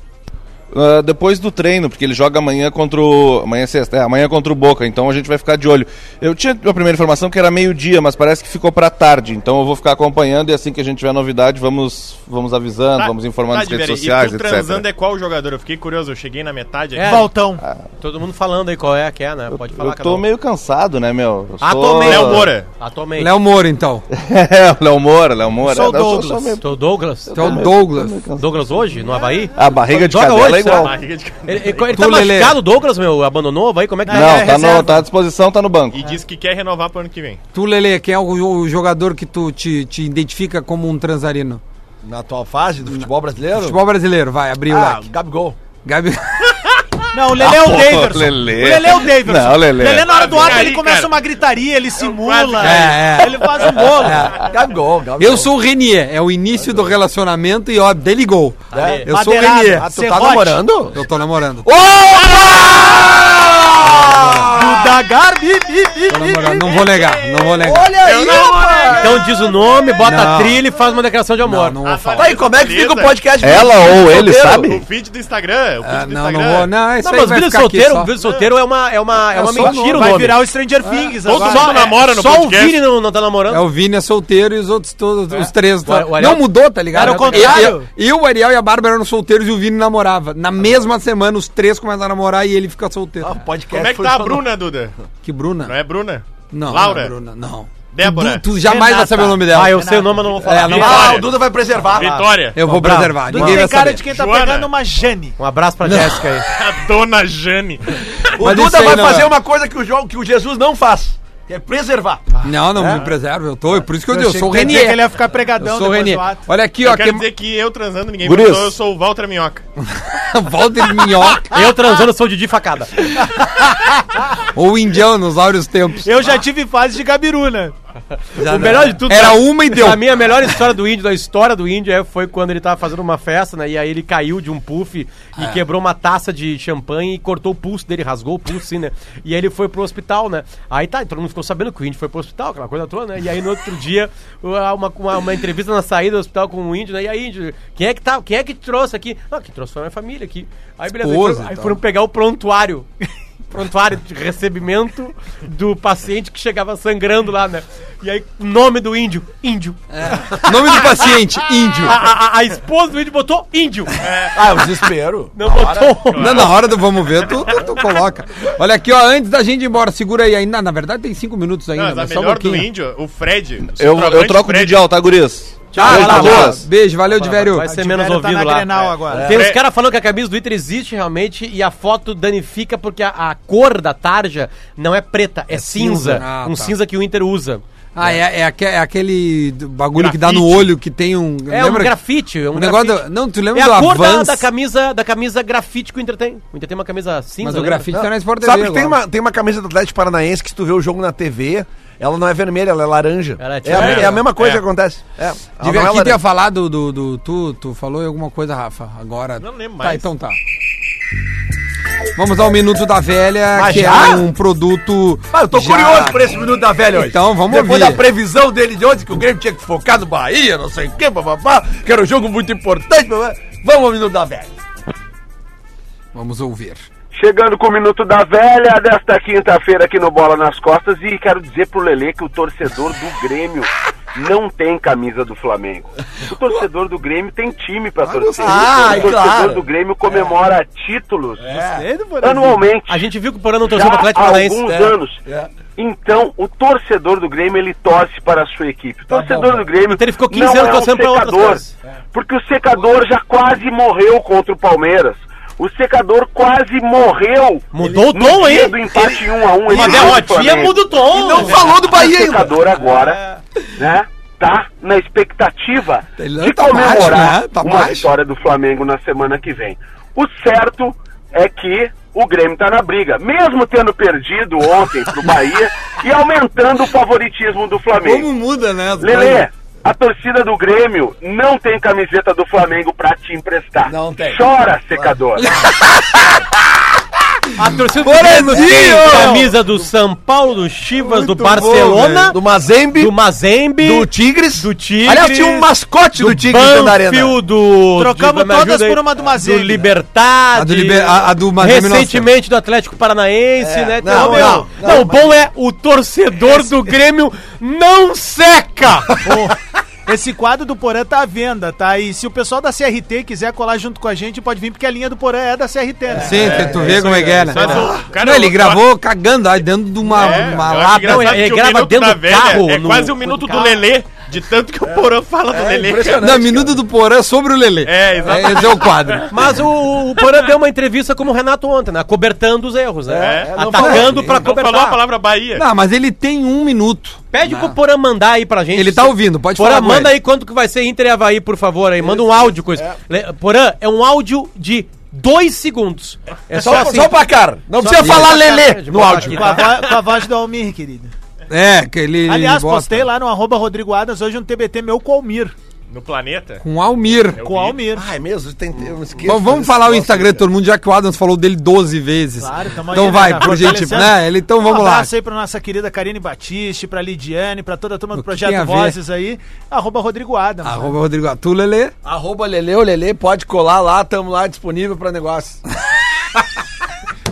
G: Ah, depois do treino, porque ele joga amanhã contra o. Amanhã é sexta, é, amanhã contra o Boca, então a gente vai ficar de olho. Eu tinha a primeira informação que era meio-dia, mas parece que ficou pra tarde, então eu vou ficar acompanhando e assim que a gente tiver novidade, vamos, vamos avisando,
E: Tá,
G: vamos informando nas redes
H: Diverê,
G: sociais,
H: E tu
G: etc.
H: transando é qual jogador? Eu fiquei curioso, eu cheguei na metade aqui.
F: É.
E: Voltão.
F: Todo mundo falando aí qual é que é, né? Pode falar,
G: Eu
F: cada
G: tô
F: um.
G: meio cansado, né, meu? Eu
F: Ah,
G: sou-
F: tô meio-
H: Léo Moura.
F: Atualmente.
B: Léo Moura, então.
G: é, o Léo Moura, Léo Moura.
E: Sou
G: Eu
E: Douglas.
G: meio-
F: Tô Douglas.
B: Então o Douglas.
F: Douglas hoje, no Havaí?
G: A barriga de
F: Joga
G: cadela
F: hoje,
G: é igual.
F: será?
H: Barriga de-
F: Ele, ele, ele
B: Tu,
F: tá
B: Lelê.
F: machucado, o Douglas, meu, abandonou o Havaí, como é que tá?
G: Não,
E: É,
G: tá,
E: reserva.
G: no, tá à disposição, tá no banco.
H: E disse que quer renovar pro ano que vem.
B: Tu, Lele, quem é o, o jogador que tu te, te identifica como um transarino?
C: Na atual fase do futebol brasileiro?
B: Futebol brasileiro, vai, abriu
C: ah,
B: lá.
C: Gabigol.
B: Gabi...
E: Não, o Lelê é o Davidson.
G: Ah, Lelê.
E: O Lelê é o Davidson.
G: Não, o Lelê.
E: na hora do
H: Quase
E: ato ele
H: caí,
E: começa
H: cara.
E: uma gritaria, ele simula,
B: caí. É, é.
E: ele faz um bolo.
C: Gabigol, Gabigol.
B: Eu sou o Renier, é o início do relacionamento e ó, dele gol.
C: É.
B: Eu sou o
E: Madeirada.
B: Renier.
C: Ah, tu tá
E: Serrote.
C: namorando?
B: Eu tô namorando.
E: O da Garbi.
B: Tô namorando, não vou negar, não vou negar.
C: Olha aí, rapaz!
F: Então diz o nome, bota
B: Não.
F: a trilha e faz uma declaração de amor.
B: Não, não vou falar.
C: Tá aí, como é que fica o podcast?
G: Ela ou ele,
H: O
G: sabe?
H: feed do Instagram. O feed
B: Ah,
H: do
B: não,
H: Instagram.
B: não vou, não, isso
F: Não,
B: aí
F: mas
B: vai
F: Vida de
B: ficar aqui
F: Solteiro,
B: só.
F: Vida de Solteiro é uma, é uma, é uma
B: só
F: mentira o
E: Vai
F: nome.
E: virar o Stranger Things
H: Todo
E: agora.
H: mundo namora no
F: Só
H: podcast.
F: o Vini não, não tá namorando.
B: É, o Vini é solteiro e os outros todos, os três. tá-
F: O- o Ariel-
B: não mudou, tá ligado?
E: Era o contrário.
B: Eu, eu, o Ariel e a Bárbara eram solteiros e o Vini namorava. Na mesma semana, os três começam a namorar e ele fica solteiro.
C: Ah, o podcast
H: Como é que
C: foi
H: tá a
C: todo-
H: Bruna, Duda?
B: que Bruna.
H: Não é Bruna?
B: Não,
H: Laura?
B: não, é Bruna, não.
H: Débora?
B: Tu, tu jamais vai
E: Renata.
B: saber o nome dela.
F: Ah, eu
B: eu,
F: sei o nome, mas não vou
B: É,
F: falar.
B: não-
F: Vitória.
C: Ah, o Duda vai preservar.
H: Vitória.
B: vou
F: bravo.
B: preservar.
E: Tu
B: Ninguém vai
E: tem cara
B: saber.
E: de quem tá
H: Joana.
E: pegando uma Jane.
F: Um abraço pra Jéssica aí.
H: A dona
C: O
H: Jane.
B: Mas isso
C: Duda
B: aí
C: vai
B: não
C: fazer
B: é.
C: uma coisa que o, João, que o Jesus não faz, que é preservar.
B: Não, não me preserva. Eu tô. Por isso que eu, digo, eu
E: achei
B: sou o
E: que tu ia dizer
B: Renier.
E: que ele ia ficar pregadão
B: Eu sou o
E: depois
B: Renier.
E: do ato.
B: Olha aqui,
H: Eu
B: ó.
H: quero
B: Que...
H: dizer que eu transando, ninguém
G: Guris.
H: perguntou, eu sou o Walter Minhoca.
B: Walter Minhoca
F: Eu transando sou o Didi Facada.
B: ou indião nos áureos tempos.
E: Eu já tive fase de Gabiruna.
F: o melhor de tudo
B: Era
F: pra-
B: uma e deu.
F: Pra mim, a melhor história do índio, da história do índio, é, foi quando ele tava fazendo uma festa, né? E aí ele caiu de um puff e quebrou uma taça de champanhe e cortou o pulso dele, rasgou o pulso, sim, né? E aí ele foi pro hospital, né? Aí tá, todo mundo ficou sabendo que o índio foi pro hospital, aquela coisa toda, né? E aí no outro dia, uma, uma, uma entrevista na saída do hospital com o índio, né? E aí, índio, quem é que tá? Quem é que te trouxe aqui? Não, quem trouxe foi a minha família aqui. Aí, beleza, aí
B: Esposa
F: foram-
B: e
F: aí
B: tal.
F: foram pegar o prontuário. prontuário de recebimento do paciente que chegava sangrando lá, né? E aí, nome do índio, índio.
B: Nome do paciente, índio.
F: A, a- a esposa do índio botou índio.
B: É,
C: Ah, eu desespero.
F: Não botou.
B: Não, na hora do vamos ver, tu, tu, tu coloca. Olha aqui, ó, antes da gente ir embora, segura aí ainda. Na verdade, tem cinco minutos ainda,
H: Mas a
B: mas só um
H: melhor do
B: pouquinho.
H: índio, o Fred. o
E: um
G: Eu, eu
H: centroavante
G: troco de
H: Fred.
G: dial, tá, Guriz?
B: Ah,
G: Beijo
B: tá
G: pra
B: bom.
G: vocês.
B: Beijo, valeu, Diverio.
F: Vai ser menos
E: Tiveram tá
F: ouvido
E: na
F: lá.
E: Grenal agora.
F: Tem
H: É.
F: uns caras falando que a camisa do Inter existe realmente e a foto danifica porque a, a cor da tarja não é preta, é, cinza.
B: cinza. Ah,
F: um
B: tá.
F: cinza que o Inter usa.
B: Ah, é, é aque- é aquele do- bagulho que dá no
H: Grafite.
B: olho, que tem um...
F: É um grafite. É um
B: Um negócio
F: grafite.
B: do- não, tu lembra
F: É
B: do
F: a cor da,
B: Avance?
F: da camisa, da camisa grafite que o Inter tem. O Inter tem uma camisa cinza. né?
B: Mas o
F: lembra?
B: grafite tá na Sport TV
C: Sabe que tem
B: agora.
C: uma, tem uma camisa do Atlético Paranaense que se tu vê o jogo na TV, ela não é vermelha, ela é laranja.
F: Ela é
C: é, a-
F: tirana.
C: é a mesma coisa
H: É.
C: que acontece. É. ela não é
B: Devia aqui
C: laranja.
B: ter falado do, do, do- tu, tu falou em alguma coisa, Rafa, agora.
H: Não lembro
B: Tá,
H: mais.
B: então tá. Vamos ao Minuto da Velha,
C: Mas
B: que
C: já?
B: é um produto.
C: Ah, eu tô
B: já-
C: curioso por esse minuto da velha hoje.
B: Então, vamos
C: Depois
B: ouvir.
C: da previsão dele de ontem que o Grêmio tinha que focar no Bahia, não sei o quê, papapá, que era um jogo muito importante, papapá. Vamos ao minuto da velha.
B: Vamos ouvir.
I: Chegando com o Minuto da Velha desta quinta-feira aqui no Bola nas Costas e quero dizer pro Lelê que o torcedor do Grêmio não tem camisa do Flamengo. O torcedor do Grêmio tem time pra torcer.
C: Ah,
I: o torcedor
C: claro.
I: do Grêmio comemora títulos
E: Ele, por exemplo,
I: anualmente.
F: A gente viu que o Porã
I: Já
F: não torceu pro
I: há
F: Atlético Paranaense.
I: alguns
F: É.
I: anos. Então, o torcedor do Grêmio, ele torce para a sua equipe. O torcedor do Grêmio
F: Então ele ficou 15
I: não
F: anos
I: é um
F: torcendo pra outras
I: secador,
F: coisas.
I: Porque o secador já quase morreu contra o Palmeiras. O secador quase morreu.
F: Mudou
I: no
F: o tom,
I: dia
F: hein? é
I: Do empate em 1 a 1
F: Uma derrotinha muda o tom.
C: Não falou do Bahia
I: O
C: ainda.
I: secador agora, né? Tá na expectativa
B: Ele
I: de
B: tá baixo,
I: comemorar
B: né? Tá
I: uma
B: baixo.
I: vitória do Flamengo na semana que vem. O certo é que o Grêmio tá na briga, mesmo tendo perdido ontem pro Bahia e aumentando o favoritismo do Flamengo.
B: muda, né?
I: Lele, a torcida do Grêmio não tem camiseta do Flamengo pra te emprestar.
C: Não tem.
I: Chora, secador.
F: A torcida do Grêmio tem camisa do São Paulo, do Chivas, do Barcelona,
C: Do Mazembe,
F: do Mazembe,
C: do Tigres.
F: do Tigre,
C: Aliás, tinha um mascote do, Tigres dentro da arena.
F: Banfield, do...
E: Trocamos
F: do- me
E: todas
F: ajuda aí.
E: por uma do Mazembe.
F: Do Libertad.
B: A do Liber- a- a do Mazembe nós
F: Recentemente do Atlético Paranaense, né?
C: não,
F: meu,
C: não, não,
F: o bom é o torcedor do Grêmio não seca.
E: Esse quadro do Porã tá à venda, tá? E se o pessoal da CRT quiser colar junto com a gente, pode vir, porque a linha do Porã é da CRT, né?
B: Sim, tu vê como é que é, né?
H: Mas o cara- um
B: Não, ele
H: o-
B: gravou cagando aí dentro de uma,
H: É,
B: uma
H: eu acho
B: lata.
H: engraçado
F: Não, ele
H: que o
F: grava
H: minuto
F: dentro
H: da
F: do
H: velha
F: carro,
H: É
F: no-
H: quase o minuto do Lelê, de tanto que o Porã fala do Lelê. cara.
C: impressionante.
B: Não, Minuto do Porã sobre o Lelê.
H: É, exatamente.
B: Esse é o quadro.
F: Mas o, o Porã deu uma entrevista como o Renato ontem, né? Cobertando os erros, né?
H: É, não
F: Atacando pra
H: Não falou a
F: cobertar.
H: palavra Bahia.
B: Não, mas ele tem um minuto.
F: Pede pro Porã mandar aí pra gente.
B: Ele tá ouvindo, pode
F: Porã,
B: falar com
F: manda
B: ele.
F: aí quanto que vai ser Inter e Havaí, por favor, aí. Manda um áudio, coisa. Le- Porã, é um áudio de dois segundos. É só, assim.
C: Só pra cara. Não precisa
F: pra
C: falar
F: cara,
C: Lelê
F: de
C: no
F: boa
C: áudio.
E: Com a, vo- com a voz do Almir, querido.
B: É, que ele.
E: Aliás,
B: ele bota.
E: postei lá no arroba Rodrigo Adams hoje um TBT meu com o Almir.
H: No planeta.
B: Com o Almir.
H: Eu
E: Com o
H: vi.
E: Almir.
C: Ah, é mesmo? Tem, eu me esqueço
B: Bom, vamos
C: desse
B: falar o
C: troço,
B: Instagram de
C: cara.
B: todo mundo, já que o Adams falou dele 12 vezes.
E: Claro, tamo aí,
B: então
E: né,
B: vai,
E: cara?
B: por gentileza.
E: Fortalecendo.
B: Né? Ele- Então vamos
E: um
B: lá.
E: abraço aí pra nossa querida Karine Batiste, pra Lidiane, pra toda a turma do
B: O que tem a
E: Projeto
B: ver?
E: Vozes aí. Arroba Rodrigo Adams.
B: Arroba Rodrigo Atu, Lelê.
C: Arroba Lelê, o Lelê, pode colar lá, tamo lá disponível pra negócio.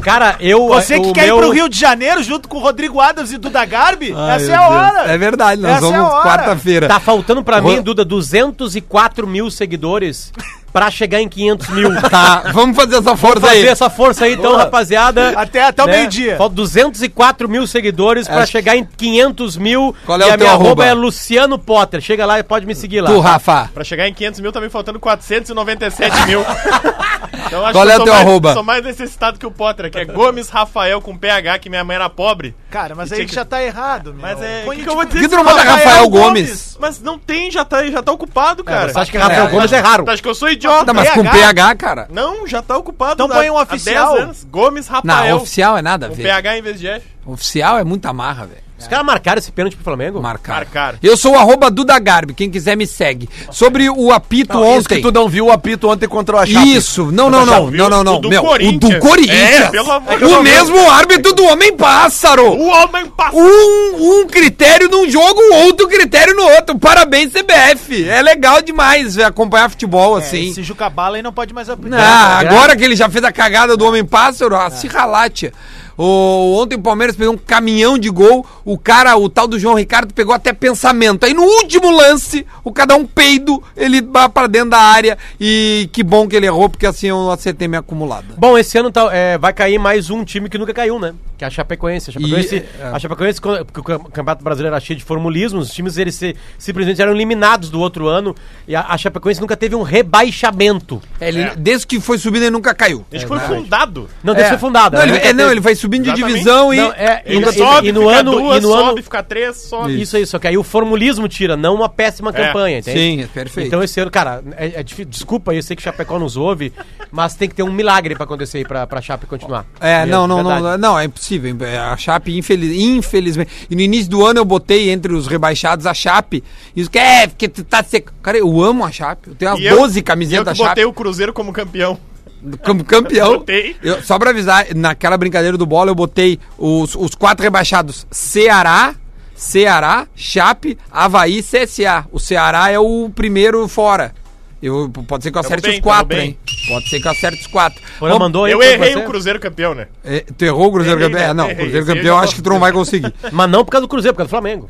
F: Cara, eu.
E: Você que
F: o
E: quer
F: meu-
E: ir pro Rio de Janeiro junto com o Rodrigo Adams e Duda Garbi?
B: Ai,
E: essa
B: meu
E: é a
B: Deus.
E: hora.
B: É verdade, nós
E: Essa é a
B: vamos
E: hora.
B: quarta-feira.
F: Tá faltando pra
B: Ro-
F: mim, Duda, 204 mil seguidores pra chegar em 500 mil.
B: Tá, vamos fazer essa força
F: Fazer
B: aí.
F: essa força aí, então, rapaziada. Né?
E: Até- até o meio-dia.
F: Faltam 204 mil seguidores pra
B: Acho-
F: chegar em 500 mil.
B: Qual é o
F: e a
B: teu
F: minha
B: arroba?
F: arroba é Luciano Potter. Chega lá e pode me seguir lá.
B: Tu, Rafa.
H: Pra chegar em 500 mil, tá me faltando 497 mil. então, acho
B: Qual
H: que
B: é
H: eu
B: o
H: sou
B: teu
H: mais-
B: arroba?
H: Sou mais necessitado que o Potter, que é Gomes Rafael com PH, que minha mãe era pobre.
E: Cara, mas
H: E
E: aí
H: tinha que-
E: já tá errado, meu.
H: Mas é.
E: Põe
H: que que eu vou dizer
B: Que tu não
H: desse
B: manda
H: Rafael?
B: Rafael
E: Gomes.
B: Gomes?
H: Mas não tem, já tá, já tá ocupado, cara.
F: Você acha que Rafael Gomes é raro?
H: Tu acha que eu sou idiota?
B: Tá, mas com
H: né?
E: PH?
B: PH, cara.
H: Não, já tá ocupado.
E: Então
H: há-
E: põe um
H: há
E: oficial.
H: 10 anos. Gomes Rafael.
B: Não, oficial é nada a
H: Com
B: ver.
H: PH em vez de F.
B: Oficial é muita marra, velho.
F: Os caras marcaram esse pênalti pro Flamengo?
B: Marcar.
H: Marcaram.
B: Eu sou o arroba Duda Garbi, quem quiser me segue. Sobre o apito
C: Isso que
B: ontem.
C: tu não viu o apito ontem contra o Chape.
B: Isso, não, não, não,
H: viu?
B: não, não, não.
H: O do
B: Meu, o do
H: Corinthians.
B: Corinthians.
H: É, pelo amor de
B: o
H: Deus.
B: mesmo árbitro do Homem Pássaro.
H: O homem passou.
B: Um, um critério num jogo, outro critério no outro. Parabéns, CBF. É legal demais velho, acompanhar futebol
E: É,
B: assim.
E: Esse Juca Bala aí não pode mais
B: Não,
E: aplicar.
B: Ah, agora que ele já fez a cagada do Homem Pássaro, ah, se ralar, tia. O, ontem o Palmeiras pegou um caminhão de gol, o cara, o tal do João Ricardo, pegou até pensamento. Aí no último lance, o cara dá um peido, ele vai pra dentro da área e que bom que ele errou, porque assim eu acertei minha acumulada.
F: Bom, esse ano tá, é, vai cair mais um time que nunca caiu, né? Que é a Chapecoense. A Chapecoense,
B: E, é.
F: a Chapecoense quando- porque o Cam- Campeonato Brasileiro era cheio de formulismo, os times eles se, simplesmente eram eliminados do outro ano. E a, a Chapecoense nunca teve um rebaixamento.
B: Ele, É. Desde que foi subindo, ele nunca caiu.
F: É
H: Acho que foi fundado.
F: Não, deve ser fundada.
B: Não,
F: né?
B: ele,
F: Nunca
B: é, não,
F: teve.
B: ele um vai subindo de
H: Exatamente.
B: divisão e.
F: Não, é, e,
H: Ele
F: e-
H: sobe,
F: e no
H: fica
F: ano,
H: duas,
F: e no
H: sobe,
F: ano
H: fica três, sobe.
F: Isso, isso, ok. Aí o formulismo tira, não uma péssima campanha, entende?
B: Sim, é perfeito.
F: Então esse ano, cara, é, é difí- desculpa, eu sei que o Chapecó nos ouve, mas tem que ter um milagre pra acontecer aí pra, pra Chape continuar.
B: É,
F: Mesmo,
B: não, não,
F: verdade.
B: não, não, é impossível. É, A Chape, infeliz- infelizmente. E no início do ano eu botei entre os rebaixados a Chape. E os que é, porque tu tá seco. Cara, eu amo a Chape. Eu tenho as
H: E eu-
B: 12
H: e eu
B: camisetas
H: que
B: da Chape.
H: botei o Cruzeiro como campeão.
B: Cam- Campeão.
H: Botei.
B: Eu- só pra avisar, naquela brincadeira do bola eu botei os, os quatro rebaixados: Ceará, Ceará, Chape, Havaí e CSA. O Ceará é o primeiro fora. Eu, pode ser que eu
H: Tamo
B: acerte os
H: bem,
B: quatro,
H: tamo bem.
B: hein? Pode ser que eu acerte os quatro.
F: Porã
B: Vamos-
F: mandou aí
H: Eu
F: pra
H: errei
F: você?
H: o Cruzeiro campeão, né?
B: É, tu errou o Cruzeiro
H: Errei,
B: Campeão? É,
H: né?
B: não, o
H: Errei.
B: Cruzeiro
H: Esse aí eu
B: Campeão
H: já
B: eu acho que tu não vai conseguir.
F: Mas não por causa do Cruzeiro, por causa do Flamengo.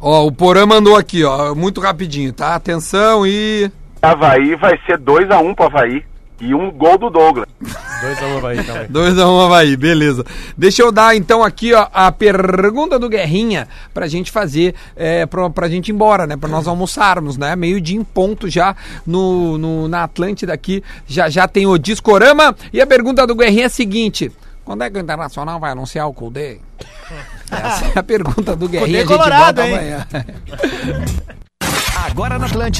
B: Ó, o Porã mandou aqui, ó, muito rapidinho, tá? Atenção e.
I: Havaí vai ser 2x1 pro Havaí. E um gol do Douglas.
F: 2x1 vai, calma aí.
B: 2 a 1 um Havaí, beleza. Deixa eu dar então aqui ó, a pergunta do Guerrinha pra gente fazer, é, pra, pra gente ir embora, né? Pra nós almoçarmos, né? Meio dia em ponto já no, no- na Atlântida aqui, já já tem o Discorama. E a pergunta do Guerrinha é a seguinte: quando é que o Internacional vai anunciar o Colde? Essa é a pergunta do Guerrinha. a gente
E: colorado,
B: volta
E: hein?
B: amanhã.
A: Agora na Atlântida.